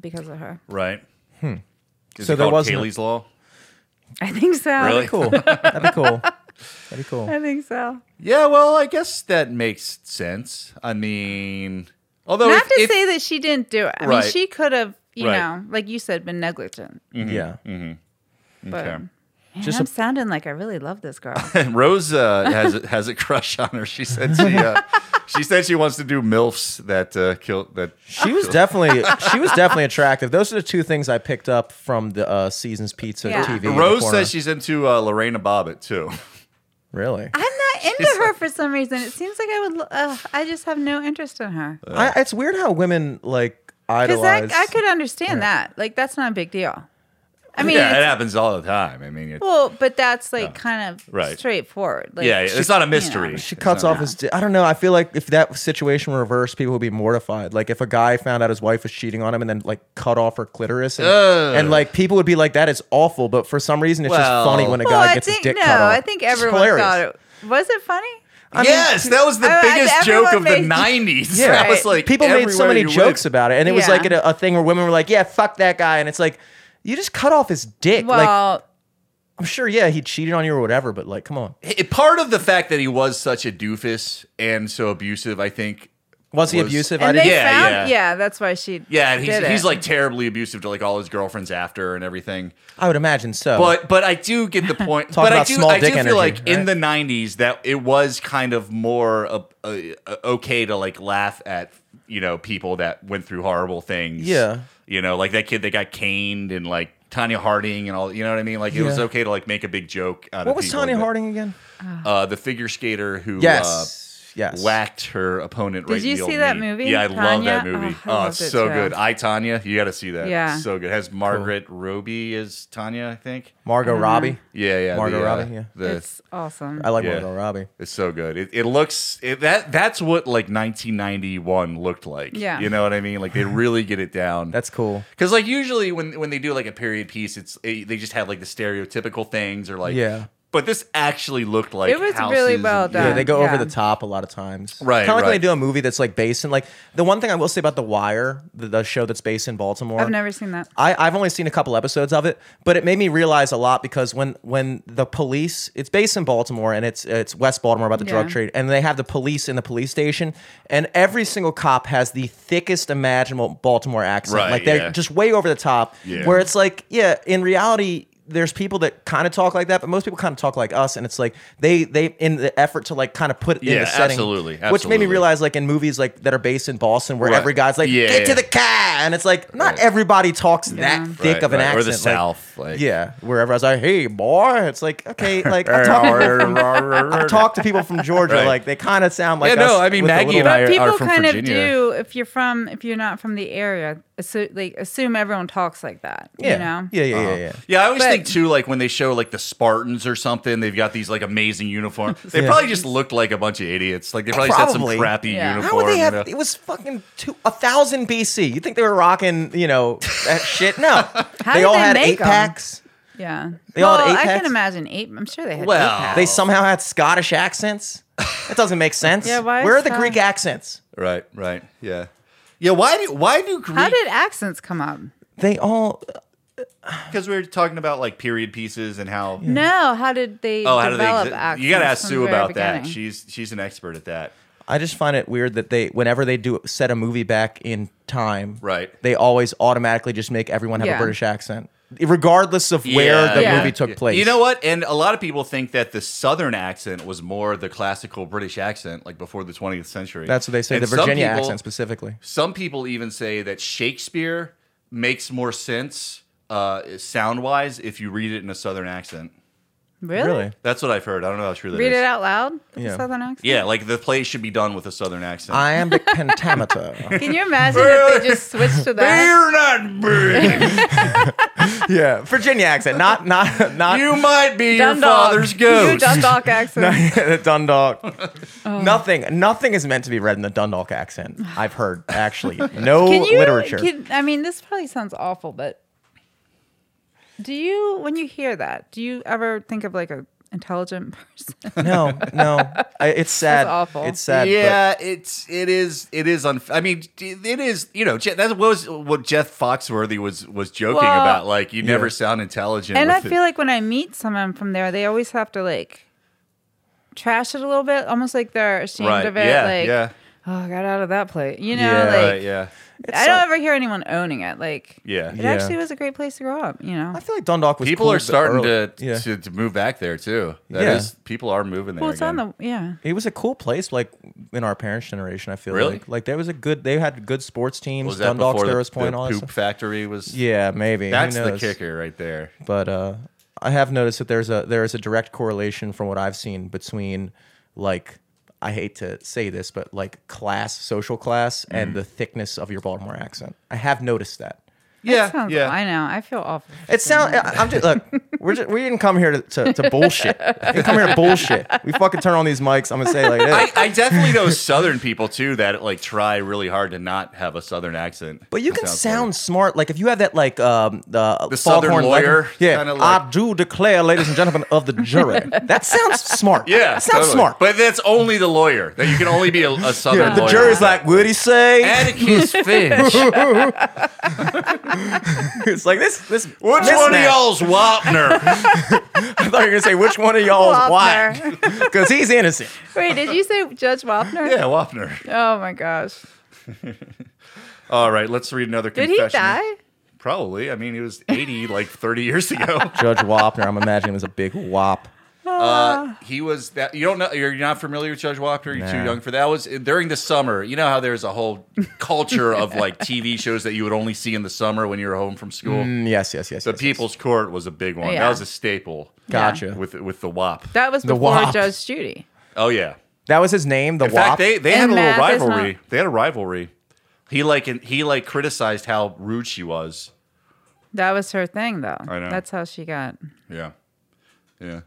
Speaker 4: because of her.
Speaker 1: Right. Hmm. so
Speaker 3: So there
Speaker 1: there was
Speaker 3: wasn't a-
Speaker 1: Haley's Law.
Speaker 4: I think so.
Speaker 1: Really?
Speaker 3: Cool. That'd be cool. That'd be cool.
Speaker 4: I think so.
Speaker 1: Yeah, well, I guess that makes sense. I mean, although
Speaker 4: Not
Speaker 1: if-
Speaker 4: to
Speaker 1: if-
Speaker 4: say that she didn't do it. I
Speaker 1: Right.
Speaker 4: mean, she could have, you
Speaker 1: Right.
Speaker 4: know, like you said, been negligent.
Speaker 1: Mm-hmm.
Speaker 3: Yeah.
Speaker 4: But
Speaker 1: Okay.
Speaker 4: man,
Speaker 3: Just
Speaker 4: I'm
Speaker 3: a-
Speaker 4: sounding like I really love this girl.
Speaker 1: Rose uh, has a- has a crush on her. She said she uh, she said she wants to do milfs that uh, kill that.
Speaker 3: She was definitely she was definitely attractive. Those are the two things I picked up from the uh, seasons pizza
Speaker 4: Yeah.
Speaker 3: TV. in the
Speaker 1: Rose
Speaker 3: corner.
Speaker 1: says she's into uh, Lorena Bobbitt too.
Speaker 3: really.
Speaker 4: I'm not into her for some reason. It seems like I would. lo- Uh, I just have no interest in her.
Speaker 3: I, it's weird how women like
Speaker 4: Because
Speaker 3: idolize.
Speaker 4: I, I could understand that. Like that's not a big deal. I mean,
Speaker 1: yeah, it
Speaker 4: it's-
Speaker 1: happens all the time. I mean, it,
Speaker 4: well, but that's like kind of
Speaker 1: Right.
Speaker 4: straightforward. Like,
Speaker 1: yeah, it's not a mystery.
Speaker 3: she cuts off his. Di- I don't know. I feel like if that situation were reversed, people would be mortified. Like if a guy found out his wife was cheating on him and then like cut off her clitoris, and,
Speaker 1: Ugh.
Speaker 3: and, like people would be like, "That is awful." But for some reason, it's
Speaker 1: Well-
Speaker 3: just funny when a guy
Speaker 4: Well, I
Speaker 3: gets
Speaker 4: think
Speaker 3: his dick
Speaker 4: no.
Speaker 3: cut off.
Speaker 4: I think everyone
Speaker 3: hilarious.
Speaker 4: thought it was it funny.
Speaker 1: yes, that was the
Speaker 4: I- I-
Speaker 1: biggest joke
Speaker 4: everyone
Speaker 1: of the
Speaker 4: made-
Speaker 1: '90s.
Speaker 3: Yeah.
Speaker 1: that was
Speaker 4: Right.
Speaker 1: like
Speaker 3: people made so
Speaker 1: everywhere
Speaker 3: many
Speaker 1: you
Speaker 3: jokes
Speaker 1: went.
Speaker 3: about it, and it was
Speaker 4: Yeah.
Speaker 3: like a, a thing where women were like, "Yeah, fuck that guy," and it's like, you just cut off his dick. like,
Speaker 4: Well,
Speaker 3: I'm sure, yeah, he cheated on you or whatever, but like, come on,
Speaker 1: It- part of the fact that he was such a doofus and so abusive, I think.
Speaker 3: was he
Speaker 1: Was-
Speaker 3: abusive?
Speaker 4: and they
Speaker 1: Yeah,
Speaker 4: found
Speaker 1: yeah.
Speaker 4: yeah. that's why she
Speaker 1: Yeah, and he's,
Speaker 4: did it.
Speaker 1: he's like terribly abusive to like all his girlfriends after and everything.
Speaker 3: I would imagine so.
Speaker 1: But but I do get the point.
Speaker 3: Talk
Speaker 1: but I
Speaker 3: about
Speaker 1: do
Speaker 3: small
Speaker 1: I do
Speaker 3: dick
Speaker 1: feel
Speaker 3: energy,
Speaker 1: like in
Speaker 3: right?
Speaker 1: the '90s that it was kind of more uh, uh, okay to like laugh at you know people that went through horrible things.
Speaker 3: Yeah.
Speaker 1: you know, like that kid that got caned and like Tanya Harding and all. You know what I mean? Like it was
Speaker 3: Yeah.
Speaker 1: okay to like make a big joke out of
Speaker 3: what was
Speaker 1: people,
Speaker 3: Tanya
Speaker 1: but,
Speaker 3: Harding again?
Speaker 1: Uh, the figure skater who uh,
Speaker 3: Yes, yes.
Speaker 1: whacked her opponent
Speaker 4: Did
Speaker 1: right in
Speaker 4: you
Speaker 1: the
Speaker 4: see
Speaker 1: old
Speaker 4: that
Speaker 1: knee.
Speaker 4: movie,
Speaker 1: Yeah, I love that
Speaker 4: Tanya?
Speaker 1: movie.
Speaker 4: Oh,
Speaker 1: Oh,
Speaker 4: I
Speaker 1: it's
Speaker 4: loved it
Speaker 1: so
Speaker 4: too.
Speaker 1: good. I Tanya, you got to see that.
Speaker 4: Yeah.
Speaker 1: so good. Has Margaret Roby as Tanya? I think.
Speaker 3: Margot
Speaker 4: Mm-hmm.
Speaker 3: Robbie.
Speaker 1: Yeah, yeah.
Speaker 3: Margot
Speaker 1: the, uh,
Speaker 3: Robbie, yeah.
Speaker 1: the- it's,
Speaker 4: it's awesome.
Speaker 3: I like
Speaker 1: Yeah.
Speaker 3: Margot Robbie.
Speaker 1: so good. It, it looks it, that that's what like 1991 looked like.
Speaker 4: Yeah.
Speaker 1: you know what I mean. Like they really get it down.
Speaker 3: That's cool.
Speaker 1: Because like usually when when they do like a period piece, it's it, they just have like the stereotypical things or like
Speaker 3: Yeah.
Speaker 1: But this actually looked like
Speaker 4: It was really
Speaker 1: houses
Speaker 4: well
Speaker 1: and-
Speaker 4: done.
Speaker 3: Yeah, they go over
Speaker 4: yeah.
Speaker 3: the top a lot of times.
Speaker 1: Right,
Speaker 3: Kind of like when
Speaker 1: right.
Speaker 3: they do a movie that's like based in like the one thing I will say about The Wire, the, the show that's based in Baltimore.
Speaker 4: I've never seen that.
Speaker 3: I, I've only seen a couple episodes of it, but it made me realize a lot because when when the police, it's based in Baltimore and it's it's West Baltimore about the drug
Speaker 4: Yeah.
Speaker 3: trade, and they have the police in the police station, and every single cop has the thickest imaginable Baltimore accent,
Speaker 1: Right,
Speaker 3: like they're
Speaker 1: yeah.
Speaker 3: just way over the top.
Speaker 1: Yeah.
Speaker 3: Where it's like, yeah, in reality. There's people that kind of talk like that, but most people kind of talk like us, and it's like they they in the effort to like kind of put it in
Speaker 1: Yeah,
Speaker 3: the setting,
Speaker 1: absolutely,
Speaker 3: which made me
Speaker 1: absolutely.
Speaker 3: realize like in movies like that are based in Boston, where
Speaker 1: Right.
Speaker 3: every guy's like,
Speaker 1: Yeah,
Speaker 3: get to
Speaker 1: yeah.
Speaker 3: the car, and it's like not
Speaker 1: Right.
Speaker 3: everybody talks that
Speaker 4: Yeah.
Speaker 3: thick
Speaker 1: Right,
Speaker 3: of an
Speaker 1: right.
Speaker 3: accent.
Speaker 1: Or the
Speaker 3: like-
Speaker 1: South, like-
Speaker 3: yeah. Wherever I was like, hey, boy. It's like, okay, like I talk, I talk to people from Georgia.
Speaker 1: Right.
Speaker 3: Like they kind of sound like
Speaker 1: Yeah, no,
Speaker 3: us
Speaker 1: I mean,
Speaker 3: with a
Speaker 1: Maggie
Speaker 3: little-
Speaker 1: and I-
Speaker 4: But
Speaker 1: are
Speaker 4: people
Speaker 1: from
Speaker 4: kind of
Speaker 1: Virginia.
Speaker 4: do if you're from if you're not from the area, assu- like assume everyone talks like that.
Speaker 3: yeah.
Speaker 4: You know?
Speaker 3: yeah, yeah,
Speaker 1: Uh-huh.
Speaker 3: yeah, yeah.
Speaker 1: Yeah, I always
Speaker 4: But-
Speaker 1: think too, like when they show like the Spartans or something, they've got these like amazing uniforms. They
Speaker 3: Yeah.
Speaker 1: probably just looked like a bunch of idiots. Like they probably, had some
Speaker 3: Probably.
Speaker 1: crappy
Speaker 4: Yeah.
Speaker 1: uniform.
Speaker 3: How would they
Speaker 1: you
Speaker 3: have?
Speaker 1: know?
Speaker 3: It was fucking two, a thousand BC. You think they were rocking, you know, that shit? No,
Speaker 4: How
Speaker 3: they
Speaker 4: did
Speaker 3: all
Speaker 4: they
Speaker 3: had
Speaker 4: make
Speaker 3: eight
Speaker 4: 'em?
Speaker 3: packs.
Speaker 4: Yeah.
Speaker 3: They all had
Speaker 4: Well,
Speaker 3: eight
Speaker 4: I
Speaker 3: packs?
Speaker 4: can imagine eight. I'm sure they had
Speaker 1: Well,
Speaker 4: eight packs.
Speaker 3: They somehow had Scottish accents. That doesn't make sense.
Speaker 4: Yeah, why
Speaker 3: Where
Speaker 4: is
Speaker 3: are the
Speaker 4: that-
Speaker 3: Greek accents?
Speaker 1: Right, right, yeah, yeah. Why do why do
Speaker 4: How
Speaker 1: Greek?
Speaker 4: did accents come up?
Speaker 3: Hmm. They all
Speaker 1: Because we were talking about like period pieces and how.
Speaker 4: No, how did they
Speaker 1: Oh, how do they?
Speaker 4: develop
Speaker 1: exi-
Speaker 4: accents?
Speaker 1: You got to ask
Speaker 4: from
Speaker 1: Sue
Speaker 4: the very
Speaker 1: about that.
Speaker 4: beginning?
Speaker 1: She's she's an expert at that.
Speaker 3: I just find it weird that they, whenever they do set a movie back in time,
Speaker 1: Right.
Speaker 3: they always automatically just make everyone have a
Speaker 4: Yeah.
Speaker 3: British accent, regardless of where the
Speaker 4: Yeah.
Speaker 3: movie took
Speaker 1: Yeah.
Speaker 3: place.
Speaker 1: You know what? And a lot of people think that the Southern accent was more the classical British accent, like before the 20th century.
Speaker 3: That's what they say.
Speaker 1: And
Speaker 3: the Virginia
Speaker 1: some people,
Speaker 3: accent specifically.
Speaker 1: Some people even say that Shakespeare makes more sense uh, sound wise if you read it in a Southern accent.
Speaker 4: Really?
Speaker 1: That's what I've heard. I don't know how true that is.
Speaker 4: Read it out loud with
Speaker 3: Yeah.
Speaker 4: a southern accent.
Speaker 1: Yeah, like the play should be done with a southern accent.
Speaker 3: Iambic pentameter.
Speaker 4: Can you imagine if they just switched to that?
Speaker 1: You're not big.
Speaker 3: yeah, Virginia accent, not not not
Speaker 1: you might be your
Speaker 4: Dundalk.
Speaker 1: father's
Speaker 4: You
Speaker 1: ghost.
Speaker 4: Dundalk accent.
Speaker 3: the Dundalk.
Speaker 4: Oh.
Speaker 3: Nothing, nothing is meant to be read in the Dundalk accent. I've heard actually no
Speaker 4: Can you?
Speaker 3: literature.
Speaker 4: Can, I mean, this probably sounds awful, but do you, when you hear that, do you ever think of like a intelligent person?
Speaker 3: no, no, I, it's sad.
Speaker 4: awful.
Speaker 3: It's sad. Yeah.
Speaker 1: yeah, it's it is it is unf- I mean, it is you know Je- that's what was what Jeff Foxworthy was was joking
Speaker 4: Well-
Speaker 1: about. Like you never sound intelligent.
Speaker 4: and I
Speaker 1: with it.
Speaker 4: feel like when I meet someone from there, they always have to like trash it a little bit, almost like they're ashamed
Speaker 1: right.
Speaker 4: of it.
Speaker 1: yeah,
Speaker 4: like,
Speaker 1: yeah,
Speaker 4: oh, I got out of that place. You know,
Speaker 3: Yeah.
Speaker 4: like
Speaker 1: right, yeah,
Speaker 4: I don't ever hear anyone owning it. Like,
Speaker 1: yeah.
Speaker 4: it
Speaker 3: Yeah.
Speaker 4: actually was a great place to grow up. You know,
Speaker 3: I feel like Dundalk was.
Speaker 1: People
Speaker 3: cool
Speaker 1: are starting
Speaker 3: early-
Speaker 1: to, to to move back there too. That is,
Speaker 3: Yeah.
Speaker 1: people are moving there.
Speaker 4: well, it's on
Speaker 1: again.
Speaker 4: the yeah.
Speaker 3: It was a cool place, like in our parents' generation. I feel
Speaker 1: Really?
Speaker 3: like like there was a good. They had good sports teams.
Speaker 1: was that
Speaker 3: Dundalk,
Speaker 1: before the,
Speaker 3: Sparrows Point,
Speaker 1: the
Speaker 3: all that
Speaker 1: poop
Speaker 3: stuff.
Speaker 1: factory was.
Speaker 3: Yeah, maybe. Who
Speaker 1: That's the
Speaker 3: knows?
Speaker 1: kicker right there.
Speaker 3: But uh, I have noticed that there's a there is a direct correlation from what I've seen between like I hate to say this, but like class, social class,
Speaker 1: Mm.
Speaker 3: and the thickness of your Baltimore accent. I have noticed that.
Speaker 1: Yeah,
Speaker 4: That sounds,
Speaker 1: yeah.
Speaker 4: I know. I feel awful.
Speaker 3: It sound. I- I'm just look. We're just, we didn't come here to, to, to bullshit. We didn't come here to bullshit. We fucking turn on these mics. I'm gonna say it like this.
Speaker 1: I, I definitely know Southern people too that like try really hard to not have a Southern accent.
Speaker 3: But you
Speaker 1: It
Speaker 3: can
Speaker 1: sounds
Speaker 3: sound smart. Like if you have that, like um, the, Foghorn
Speaker 1: Southern lawyer
Speaker 3: Leghorn- yeah.
Speaker 1: kinda like-
Speaker 3: I do declare, ladies and gentlemen of the jury. that sounds smart.
Speaker 1: funny. Yeah,
Speaker 3: that sounds
Speaker 1: totally.
Speaker 3: smart.
Speaker 1: But that's only the lawyer. That you can only be a, a Southern
Speaker 3: Yeah, the
Speaker 1: lawyer.
Speaker 3: jury's like, would he say?
Speaker 1: Atticus Finch.
Speaker 3: it's like this. This. Which
Speaker 1: Which one of y'all's Wapner?
Speaker 3: I thought you were gonna say which one of
Speaker 1: Oh,
Speaker 3: y'all is
Speaker 4: Wapner.
Speaker 3: white because he's innocent.
Speaker 4: Wait, did you say Judge Wapner?
Speaker 1: yeah, Wapner.
Speaker 4: Oh my gosh.
Speaker 1: All right, let's read another
Speaker 4: Did
Speaker 1: confession.
Speaker 4: he die?
Speaker 1: Probably. I mean, he was 80 like 30 years ago.
Speaker 3: Judge Wapner. I'm imagining him as a big wop.
Speaker 1: Uh, he was that you don't know you're not familiar with Judge Wapner. You're too
Speaker 3: Nah.
Speaker 1: young for that. Was during the summer. You know how there's a whole culture of like TV shows that you would only see in the summer when you were home from school.
Speaker 3: Mm, yes, yes, yes.
Speaker 1: The
Speaker 3: yes,
Speaker 1: People's Court was a big one. That
Speaker 4: Yeah.
Speaker 1: was a staple
Speaker 3: Yes. Gotcha.
Speaker 1: with with the WAP.
Speaker 4: That was
Speaker 3: The
Speaker 4: before
Speaker 3: Wop.
Speaker 4: Judge Judy.
Speaker 1: Oh yeah.
Speaker 3: That was his name. The
Speaker 1: In fact,
Speaker 3: wop.
Speaker 1: they they
Speaker 4: And
Speaker 1: had a little
Speaker 4: math is not-
Speaker 1: rivalry. They had a rivalry. He like and he like criticized how rude she was.
Speaker 4: That was her thing, though.
Speaker 1: I know.
Speaker 4: That's how she got.
Speaker 1: Yeah. Yeah.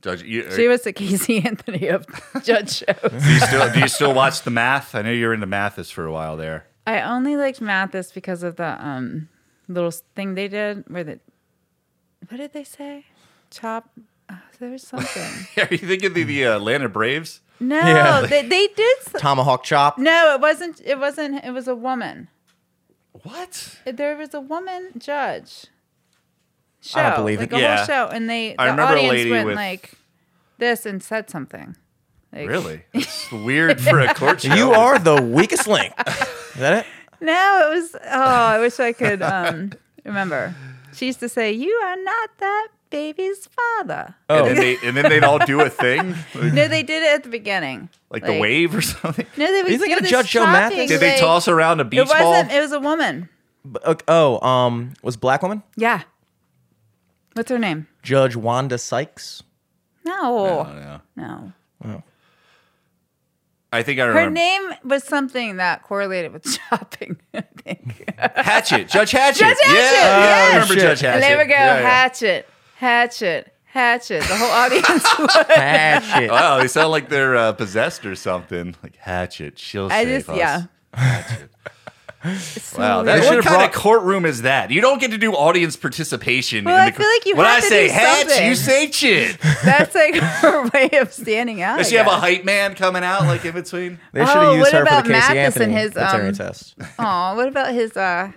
Speaker 1: Judge, you,
Speaker 4: She was the Casey Anthony of judge shows.
Speaker 1: do, you still, do you still watch the math? I know you were into Mathis for a while there.
Speaker 4: I only liked Mathis because of the um, little thing they did where the what did they say? Chop. Oh, there was something.
Speaker 1: Are you thinking of the, the uh, Atlanta Braves?
Speaker 4: No,
Speaker 3: Yeah.
Speaker 4: they, they did. s-
Speaker 3: Tomahawk chop.
Speaker 4: No, it wasn't. It wasn't. It was a woman.
Speaker 1: What?
Speaker 4: There was a woman judge. Show,
Speaker 3: I don't believe
Speaker 4: like
Speaker 3: it.
Speaker 4: a
Speaker 1: Yeah.
Speaker 4: whole show, and they the
Speaker 1: I remember a
Speaker 4: audience
Speaker 1: lady
Speaker 4: went
Speaker 1: with-
Speaker 4: like this and said something. Like,
Speaker 1: Really? It's weird for a court show.
Speaker 3: You are the weakest link. Is that it?
Speaker 4: No, it was. Oh, I wish I could um, remember. She used to say, "You are not that baby's father."
Speaker 1: And then, they, and then they'd all do a thing, like,
Speaker 4: No, they did it at the beginning.
Speaker 1: like the wave or something.
Speaker 4: No, they would
Speaker 3: You thinking
Speaker 4: do
Speaker 3: of
Speaker 4: this
Speaker 3: Judge Joe
Speaker 4: shopping,
Speaker 3: Mathis?
Speaker 1: Did they
Speaker 4: like-
Speaker 1: toss around a beach
Speaker 4: It
Speaker 1: ball?
Speaker 4: wasn't. It was a woman.
Speaker 3: B- ok- Oh, um, was a black woman
Speaker 4: Yeah. What's her name?
Speaker 3: Judge Wanda Sykes?
Speaker 1: I
Speaker 4: No.
Speaker 1: don't know.
Speaker 4: No.
Speaker 1: I think I remember.
Speaker 4: Her name was something that correlated with shopping, I think.
Speaker 1: Hatchet. Judge Hatchet.
Speaker 4: Judge Hatchet,
Speaker 1: Yeah, yeah, I
Speaker 4: yes.
Speaker 1: remember
Speaker 3: Shit.
Speaker 1: Judge Hatchet.
Speaker 4: and there we go.
Speaker 1: Yeah, yeah.
Speaker 4: Hatchet, hatchet, hatchet. The whole audience was.
Speaker 3: Hatchet.
Speaker 1: Wow, they sound like they're uh, possessed or something. Like Hatchet. She'll
Speaker 4: I
Speaker 1: save
Speaker 4: just,
Speaker 1: us.
Speaker 4: yeah. Mm-hmm.
Speaker 1: Wow,
Speaker 3: They
Speaker 1: that, what
Speaker 3: should've
Speaker 1: kind
Speaker 3: brought-
Speaker 1: of courtroom is that? You don't get to do audience participation.
Speaker 4: Well,
Speaker 1: in
Speaker 4: I
Speaker 1: the,
Speaker 4: feel like you
Speaker 1: when
Speaker 4: have
Speaker 1: I
Speaker 4: to
Speaker 1: say
Speaker 4: do
Speaker 1: hatchet,
Speaker 4: something.
Speaker 1: you say chit.
Speaker 4: That's like her way of standing out.
Speaker 1: Does
Speaker 4: I
Speaker 1: she have a
Speaker 4: guess.
Speaker 1: hype man coming out like in between?
Speaker 3: They should have
Speaker 4: Oh,
Speaker 3: used
Speaker 4: what
Speaker 3: her for
Speaker 4: about
Speaker 3: the Casey
Speaker 4: Mathis and
Speaker 3: Anthony
Speaker 4: his,
Speaker 3: veterinary
Speaker 4: um,
Speaker 3: test.
Speaker 4: Aw, what about his uh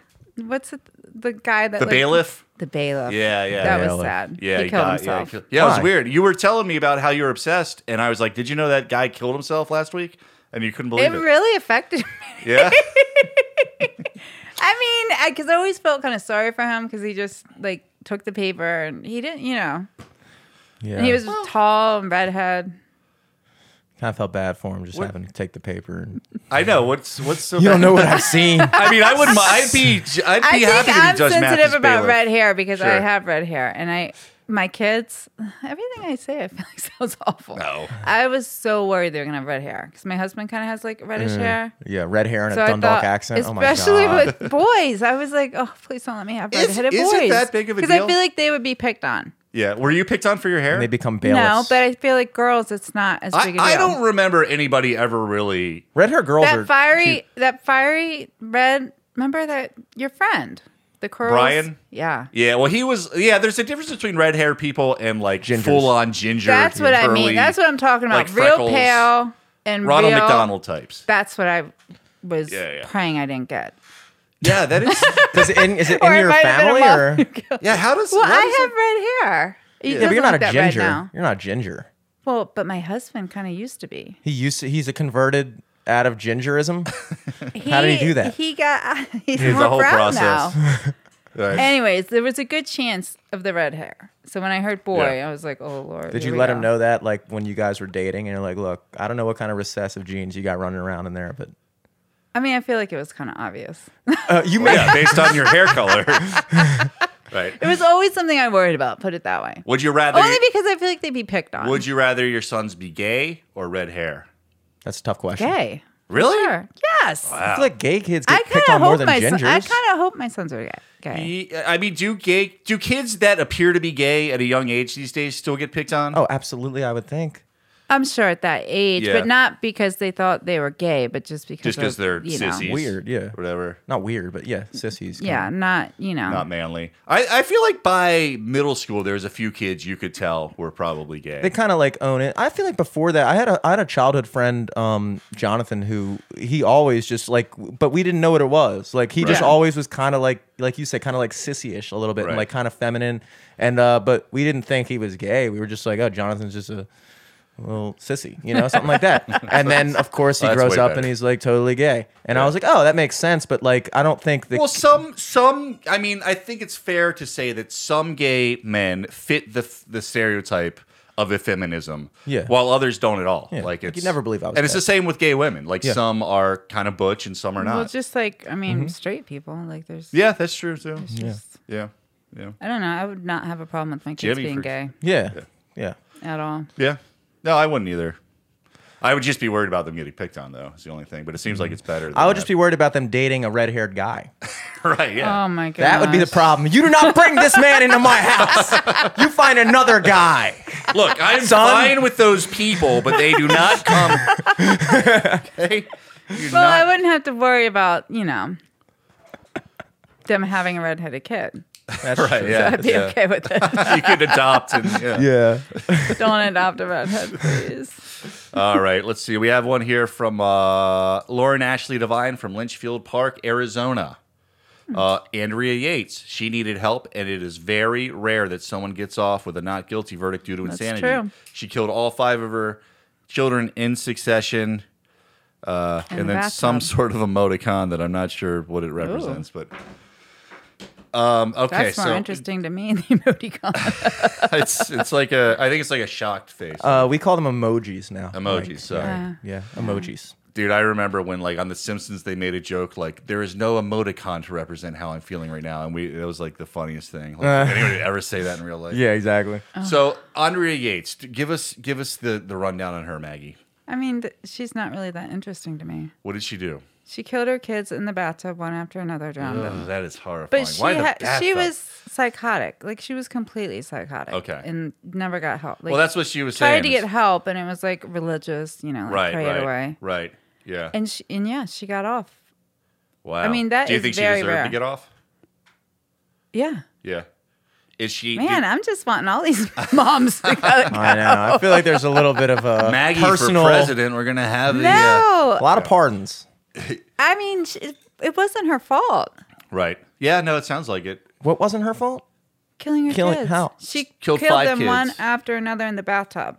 Speaker 4: what's the, the guy that
Speaker 1: The
Speaker 4: like-
Speaker 1: bailiff?
Speaker 4: The bailiff.
Speaker 1: Yeah, yeah.
Speaker 4: That
Speaker 3: Yeah,
Speaker 4: was
Speaker 3: like-
Speaker 4: sad.
Speaker 1: Yeah,
Speaker 4: he, killed
Speaker 1: died- Yeah,
Speaker 4: himself.
Speaker 1: he killed- yeah, it was
Speaker 3: Why?
Speaker 1: weird. You were telling me about how you were obsessed, and I was like, "Did you know that guy killed himself last week?" And you couldn't
Speaker 4: it
Speaker 1: believe it.
Speaker 4: really affected me.
Speaker 1: yeah,
Speaker 4: I mean, because I, always felt kind of sorry for him because he just like took the paper and he didn't, you know,
Speaker 3: Yeah.
Speaker 4: and he was tall and redhead.
Speaker 3: kind of felt bad for him just having to take the paper. And,
Speaker 1: I know. What's what's so?
Speaker 3: you
Speaker 1: bad?
Speaker 3: don't know what I've seen.
Speaker 1: I mean, I would. I'd be. I'd be
Speaker 4: I
Speaker 1: happy
Speaker 4: think
Speaker 1: to be
Speaker 4: I'm
Speaker 1: Judge
Speaker 4: sensitive
Speaker 1: Mathis
Speaker 4: about
Speaker 1: bailiff.
Speaker 4: red hair because
Speaker 1: Sure.
Speaker 4: I have red hair and I my kids, everything I say, I feel like sounds awful.
Speaker 1: No.
Speaker 4: I was so worried they were gonna have red hair because my husband kind of has like reddish
Speaker 1: Mm.
Speaker 4: hair.
Speaker 3: Yeah, red hair and
Speaker 4: So
Speaker 3: a
Speaker 4: I
Speaker 3: Dundalk
Speaker 4: thought,
Speaker 3: accent.
Speaker 4: especially
Speaker 3: oh my god.
Speaker 4: with boys, I was like, oh, please don't let me have
Speaker 1: Is-
Speaker 4: red-headed
Speaker 1: is
Speaker 4: boys.
Speaker 1: it that big of a
Speaker 4: Because
Speaker 1: deal?
Speaker 4: I feel like they would be picked on.
Speaker 1: Yeah. Were you picked on for your hair?
Speaker 3: they become
Speaker 4: No,
Speaker 3: bailiffs.
Speaker 4: but I feel like girls, it's not as big a
Speaker 1: I, I
Speaker 4: deal.
Speaker 1: don't remember anybody ever really.
Speaker 3: red hair girls are
Speaker 4: that fiery,
Speaker 3: cute.
Speaker 4: that fiery red. Remember that your friend, the curls.
Speaker 1: Brian?
Speaker 4: Yeah.
Speaker 1: Yeah, well, he was. Yeah, there's a difference between red hair people and like
Speaker 3: Gingers.
Speaker 1: full on ginger.
Speaker 4: That's what I
Speaker 1: curly,
Speaker 4: mean. That's what I'm talking about.
Speaker 1: like
Speaker 4: real
Speaker 1: freckles.
Speaker 4: pale and
Speaker 1: Ronald
Speaker 4: real-
Speaker 1: McDonald types.
Speaker 4: That's what I was
Speaker 1: Yeah, yeah.
Speaker 4: praying I didn't get.
Speaker 1: Yeah, that is.
Speaker 3: Does it in, is it
Speaker 4: Or
Speaker 3: in
Speaker 4: it
Speaker 3: your
Speaker 4: might have
Speaker 3: family
Speaker 4: been a
Speaker 3: or?
Speaker 4: mom.
Speaker 1: yeah, how does?
Speaker 4: Well,
Speaker 1: how does it-
Speaker 4: I have red hair. He
Speaker 3: Yeah, but
Speaker 4: doesn't
Speaker 3: you're not
Speaker 4: look
Speaker 3: a
Speaker 4: that red
Speaker 3: ginger.
Speaker 4: now.
Speaker 3: You're not ginger.
Speaker 4: Well, but my husband kind of used to be.
Speaker 3: He used to, he's a converted out of gingerism.
Speaker 4: He,
Speaker 3: How did he do that?
Speaker 4: He got he's
Speaker 1: He's
Speaker 4: more
Speaker 1: the whole
Speaker 4: brown
Speaker 1: process.
Speaker 4: now.
Speaker 1: Right.
Speaker 4: Anyways, there was a good chance of the red hair. So when I heard boy,
Speaker 1: Yeah.
Speaker 4: I was like, oh lord.
Speaker 3: Did
Speaker 4: here
Speaker 3: you
Speaker 4: we
Speaker 3: let
Speaker 4: go.
Speaker 3: him know that like when you guys were dating and you're like, look, I don't know what kind of recessive genes you got running around in there, but
Speaker 4: I mean, I feel like it was kind of obvious.
Speaker 3: uh, you may
Speaker 1: yeah, based on your hair color. right.
Speaker 4: It was always something I worried about. Put it that way.
Speaker 1: Would you rather?
Speaker 4: Only because I feel like they'd be picked on.
Speaker 1: would you rather your sons be gay or red hair?
Speaker 3: That's a tough question.
Speaker 4: gay?
Speaker 1: Really?
Speaker 4: Sure. Yes.
Speaker 3: I feel like gay kids
Speaker 4: I
Speaker 3: get
Speaker 4: kind
Speaker 3: picked
Speaker 4: of
Speaker 3: on more
Speaker 4: hope
Speaker 3: than
Speaker 4: my son,
Speaker 3: gingers.
Speaker 4: I kind of hope my sons are gay. gay.
Speaker 1: Ye- I mean, do gay do kids that appear to be gay at a young age these days still get picked on?
Speaker 3: oh, absolutely, I would think.
Speaker 4: I'm sure at that age,
Speaker 1: Yeah.
Speaker 4: but not because they thought they were gay, but just because
Speaker 1: Just 'cause
Speaker 4: of,
Speaker 1: they're
Speaker 4: you know.
Speaker 1: sissies.
Speaker 3: Weird, yeah.
Speaker 1: whatever.
Speaker 3: Not weird, but yeah, sissies. kinda.
Speaker 4: Yeah, not you know.
Speaker 1: Not manly. I, I feel like by middle school, there's a few kids you could tell were probably gay.
Speaker 3: They kind of like own it. I feel like before that, I had a I had a childhood friend, um, Jonathan, who he always just like, but we didn't know what it was. Like he just
Speaker 4: Right.
Speaker 3: always was kind of like, like you said, kind of like sissy-ish a little bit,
Speaker 1: Right.
Speaker 3: and like kind of feminine. And uh, but we didn't think he was gay. We were just like, oh, Jonathan's just a little sissy, you know, something like that. And then of course he
Speaker 1: That's
Speaker 3: grows
Speaker 1: way
Speaker 3: up
Speaker 1: better.
Speaker 3: and he's like totally gay. And
Speaker 1: Yeah.
Speaker 3: I was like, oh, that makes sense. But like, I don't think that.
Speaker 1: well, some some. I mean, I think it's fair to say that some gay men fit the the stereotype of effeminism,
Speaker 3: Yeah.
Speaker 1: while others don't at all.
Speaker 3: Yeah.
Speaker 1: Like,
Speaker 3: Like, you'd
Speaker 1: it's,
Speaker 3: never believe I was
Speaker 1: And it's
Speaker 3: gay.
Speaker 1: the same with gay women. Like,
Speaker 3: Yeah.
Speaker 1: some are kind of butch and some are not.
Speaker 4: Well, just like I mean, straight people. Like there's.
Speaker 1: yeah, that's true too.
Speaker 4: it's Just,
Speaker 1: Yeah, yeah,
Speaker 4: I don't know. I would not have a problem with my kids
Speaker 1: Jimmy
Speaker 4: being
Speaker 1: for-
Speaker 4: gay
Speaker 3: yeah, yeah.
Speaker 4: at all.
Speaker 1: yeah. No, I wouldn't either. I would just be worried about them getting picked on, though. Is the only thing. But it seems like it's better. Than
Speaker 3: Mm-hmm. I would just be worried about them dating a red-haired guy.
Speaker 1: right. Yeah.
Speaker 4: Oh my god.
Speaker 3: That would be the problem. You do not bring this man into my house. You find another guy.
Speaker 1: Look, I'm
Speaker 3: Son.
Speaker 1: fine with those people, but they do not come. okay? You do
Speaker 4: Well, I
Speaker 1: not-
Speaker 4: wouldn't have to worry about you know them having a redheaded kid.
Speaker 3: That's
Speaker 1: Right, yeah.
Speaker 4: I'd be
Speaker 1: yeah.
Speaker 4: okay with it.
Speaker 1: You could adopt. And, yeah.
Speaker 3: Yeah.
Speaker 4: don't adopt a redhead, please.
Speaker 1: All right, let's see. We have one here from uh, Lauren Ashley Devine from Lynchfield Park, Arizona.
Speaker 4: Hmm.
Speaker 1: Uh, Andrea Yates. She needed help, and it is very rare that someone gets off with a not guilty verdict due to insanity.
Speaker 4: true.
Speaker 1: She killed all five of her children in succession, uh,
Speaker 4: In
Speaker 1: and
Speaker 4: the
Speaker 1: then some
Speaker 4: bathtub.
Speaker 1: sort of emoticon that I'm not sure what it represents, but. Um, okay,
Speaker 4: That's more
Speaker 1: so
Speaker 4: interesting to me than the emoticon.
Speaker 1: it's it's like a I think it's like a shocked face
Speaker 4: Oh
Speaker 3: Uh, we call them emojis now.
Speaker 1: emojis.
Speaker 3: Like,
Speaker 1: sorry.
Speaker 4: yeah.
Speaker 3: yeah, emojis.
Speaker 1: Dude, I remember when like on The Simpsons they made a joke like there is no emoticon to represent how I'm feeling right now, and we it was like the funniest thing. Like, anyone would ever say that in real life?
Speaker 3: Yeah, exactly.
Speaker 4: Uh-huh.
Speaker 1: So Andrea Yates, d- give us give us the the rundown on her Maggie.
Speaker 4: I mean, th- she's not really that interesting to me.
Speaker 1: What did she do?
Speaker 4: She killed her kids in the bathtub one after another, drowned them.
Speaker 1: Ugh, that is horrifying.
Speaker 4: But she
Speaker 1: Why the
Speaker 4: ha- she
Speaker 1: bathtub?
Speaker 4: was psychotic. Like she was completely psychotic.
Speaker 1: Okay.
Speaker 4: And never got help. Like,
Speaker 1: well, that's what she was
Speaker 4: tried
Speaker 1: saying.
Speaker 4: to get help, and it was like religious, you know, like
Speaker 1: right,
Speaker 4: pray
Speaker 1: right,
Speaker 4: it away.
Speaker 1: right. Yeah.
Speaker 4: And she, and yeah, she got off.
Speaker 1: wow.
Speaker 4: I mean, that
Speaker 1: do you
Speaker 4: is
Speaker 1: think
Speaker 4: very
Speaker 1: she deserved
Speaker 4: rare.
Speaker 1: to get off?
Speaker 4: Yeah,
Speaker 1: Yeah. Is she did-
Speaker 4: man, I'm just wanting all these moms. To go.
Speaker 3: I know. I feel like there's a little bit of a
Speaker 1: Maggie
Speaker 3: personal,
Speaker 1: for president? We're gonna have the uh,
Speaker 4: no,
Speaker 3: a lot of pardons.
Speaker 4: I mean, she, it wasn't her fault.
Speaker 1: right. Yeah. No, it sounds like it.
Speaker 3: What wasn't her fault?
Speaker 4: Killing her
Speaker 3: Killing-
Speaker 4: kids.
Speaker 3: how?
Speaker 4: She
Speaker 1: Killed
Speaker 4: killed,
Speaker 1: five
Speaker 4: them one
Speaker 1: kids.
Speaker 4: after another in the bathtub.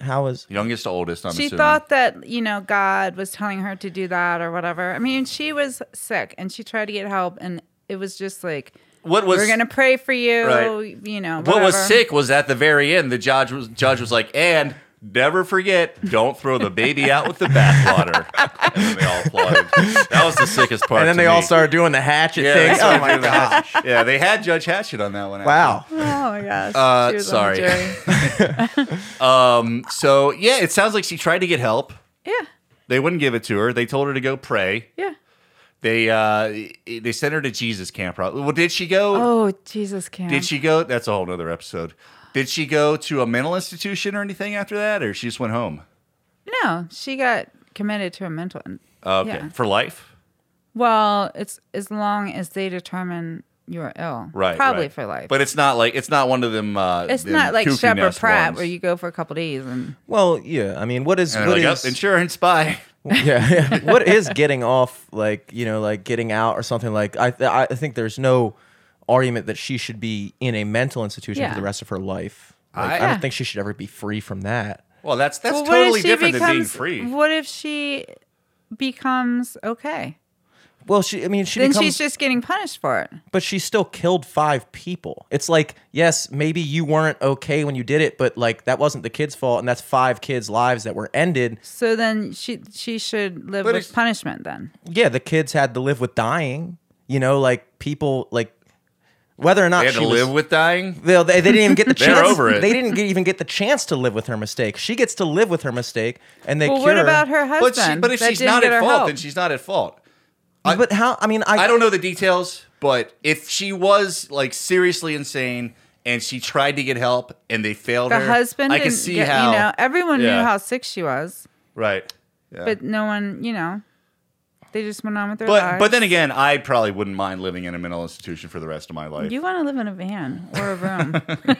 Speaker 3: How was?
Speaker 1: Youngest to oldest. I'm
Speaker 4: she
Speaker 1: assuming.
Speaker 4: thought that you know god was telling her to do that or whatever i mean she was sick and she tried to get help and it was just like
Speaker 1: What was
Speaker 4: we're gonna pray for you
Speaker 1: Right.
Speaker 4: you know
Speaker 1: What was
Speaker 4: whatever.
Speaker 1: sick was at the very end, the judge was judge was like, and Never forget, don't throw the baby out with the bathwater. and then they all applauded. That was the sickest part.
Speaker 3: and then
Speaker 1: to
Speaker 3: they all
Speaker 1: me.
Speaker 3: started doing the hatchet
Speaker 1: Yeah,
Speaker 3: thing.
Speaker 1: they
Speaker 3: Oh
Speaker 1: started
Speaker 3: my
Speaker 1: doing the
Speaker 3: god!
Speaker 1: hatchet. Yeah, they had Judge Hatchet on that one. actually.
Speaker 3: Wow.
Speaker 4: Oh my gosh.
Speaker 1: Uh,
Speaker 4: She was on the
Speaker 1: sorry.
Speaker 4: jury.
Speaker 1: Mm, So yeah, it sounds like she tried to get help.
Speaker 4: yeah.
Speaker 1: They wouldn't give it to her. They told her to go pray.
Speaker 4: Yeah.
Speaker 1: They uh they sent her to Jesus camp. Probably. Well, did she go?
Speaker 4: Oh, Jesus, Cam.
Speaker 1: Did she go? That's a whole other episode. Did she go to a mental institution or anything after that, or she just went home?
Speaker 4: No, she got committed to a mental.
Speaker 1: Uh, Okay,
Speaker 4: Yeah.
Speaker 1: for life.
Speaker 4: Well, it's as long as they determine you're ill.
Speaker 1: Right.
Speaker 4: Probably
Speaker 1: right.
Speaker 4: for life.
Speaker 1: But it's not like it's not one of them. Uh,
Speaker 4: it's
Speaker 1: them
Speaker 4: not like
Speaker 1: cuckoo
Speaker 4: Shep or
Speaker 1: nest
Speaker 4: Pratt
Speaker 1: ones.
Speaker 4: where you go for a couple days and
Speaker 3: Well, yeah. I mean, what is
Speaker 1: And
Speaker 3: what
Speaker 1: they're like,
Speaker 3: is-
Speaker 1: "Oh, insurance bye.
Speaker 3: yeah, yeah. What is getting off? Like you know, like getting out or something. Like I, th- I think there's no argument that she should be in a mental institution
Speaker 4: Yeah.
Speaker 3: for the rest of her life. Like,
Speaker 1: I-
Speaker 3: I
Speaker 4: Yeah.
Speaker 3: don't think she should ever be free from that.
Speaker 1: Well, that's that's
Speaker 4: Well, what if
Speaker 1: totally
Speaker 4: she
Speaker 1: different than being
Speaker 4: becomes-
Speaker 1: free.
Speaker 4: What if she becomes okay?
Speaker 3: Well, she. I mean, she
Speaker 4: then
Speaker 3: becomes,
Speaker 4: she's just getting punished for it.
Speaker 3: but she still killed five people. It's like, yes, maybe you weren't okay when you did it, but like that wasn't the kid's fault, and that's five kids' lives that were ended.
Speaker 4: So then she she should live
Speaker 1: But
Speaker 4: with
Speaker 1: it's-
Speaker 4: punishment then.
Speaker 3: Yeah, the kids had to live with dying. You know, like people, like whether or not
Speaker 1: they had
Speaker 3: she
Speaker 1: to
Speaker 3: was-
Speaker 1: live with dying.
Speaker 3: They, they, they didn't even get the
Speaker 1: They're
Speaker 3: chance.
Speaker 1: over it.
Speaker 3: They didn't get, even get the chance to live with her mistake. She gets to live with her mistake, and they
Speaker 4: Well,
Speaker 3: cure.
Speaker 4: what about her
Speaker 1: But she,
Speaker 4: husband?
Speaker 1: but if
Speaker 4: that
Speaker 1: she's
Speaker 4: didn't
Speaker 1: not
Speaker 4: get
Speaker 1: at
Speaker 4: her
Speaker 1: fault,
Speaker 4: help?
Speaker 1: then she's not at fault.
Speaker 3: But how? I mean, I,
Speaker 1: I don't know the details, but if she was like seriously insane and she tried to get help and they failed
Speaker 4: the
Speaker 1: her,
Speaker 4: husband
Speaker 1: I can
Speaker 4: didn't
Speaker 1: see
Speaker 4: get,
Speaker 1: how
Speaker 4: you know everyone
Speaker 1: Yeah.
Speaker 4: knew how sick she was,
Speaker 1: right. Yeah.
Speaker 4: but no one, you know, they just went on with their
Speaker 1: But
Speaker 4: lives.
Speaker 1: but then again, I probably wouldn't mind living in a mental institution for the rest of my life,
Speaker 4: you want to live in a van or a room.